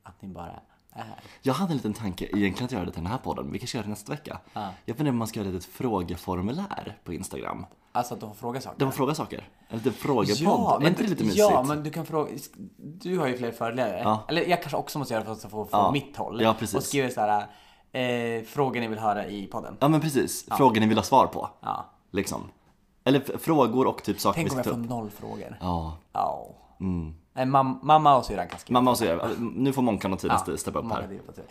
Speaker 2: att ni bara är.
Speaker 1: Jag hade en liten tanke, egentligen att göra det till den här podden, vi kanske gör det nästa vecka. Jag funderar om man ska göra ett litet frågeformulär på Instagram.
Speaker 2: Alltså att de får fråga saker.
Speaker 1: Där man frågar saker. En liten frågepodd. är
Speaker 2: men-
Speaker 1: inte det lite mysigt?
Speaker 2: Ja, men du kan fråga. Du har ju fler föreläsare.
Speaker 1: Ja.
Speaker 2: Eller jag kanske också måste göra det för att få från
Speaker 1: Ja.
Speaker 2: mitt håll.
Speaker 1: Ja, precis.
Speaker 2: Och skriva så här. Eh, frågor ni vill höra i podden.
Speaker 1: Ja men precis, frågor ni vill ha svar på.
Speaker 2: Ja.
Speaker 1: Liksom. Eller f- frågor och typ saker
Speaker 2: Tänk om
Speaker 1: vi
Speaker 2: jag
Speaker 1: ska
Speaker 2: får
Speaker 1: ta upp.
Speaker 2: noll frågor.
Speaker 1: Ja. Mm.
Speaker 2: Ja. Nej, mam- mamma och syrran kan skriva.
Speaker 1: Mamma och så gör nu får Monkan och Tina ja, eh, steppa upp
Speaker 2: Många
Speaker 1: här.
Speaker 2: delar på tur.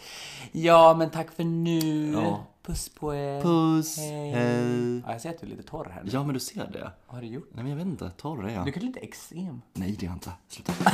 Speaker 2: Ja, men tack för nu.
Speaker 1: Ja.
Speaker 2: Puss på er.
Speaker 1: Puss, hej.
Speaker 2: Ja, jag ser att du är lite torr här nu.
Speaker 1: Ja men du ser det.
Speaker 2: Vad har du gjort?
Speaker 1: Nej men jag vet inte, torr är jag.
Speaker 2: Du kan lite eksem.
Speaker 1: Nej det är jag inte, sluta.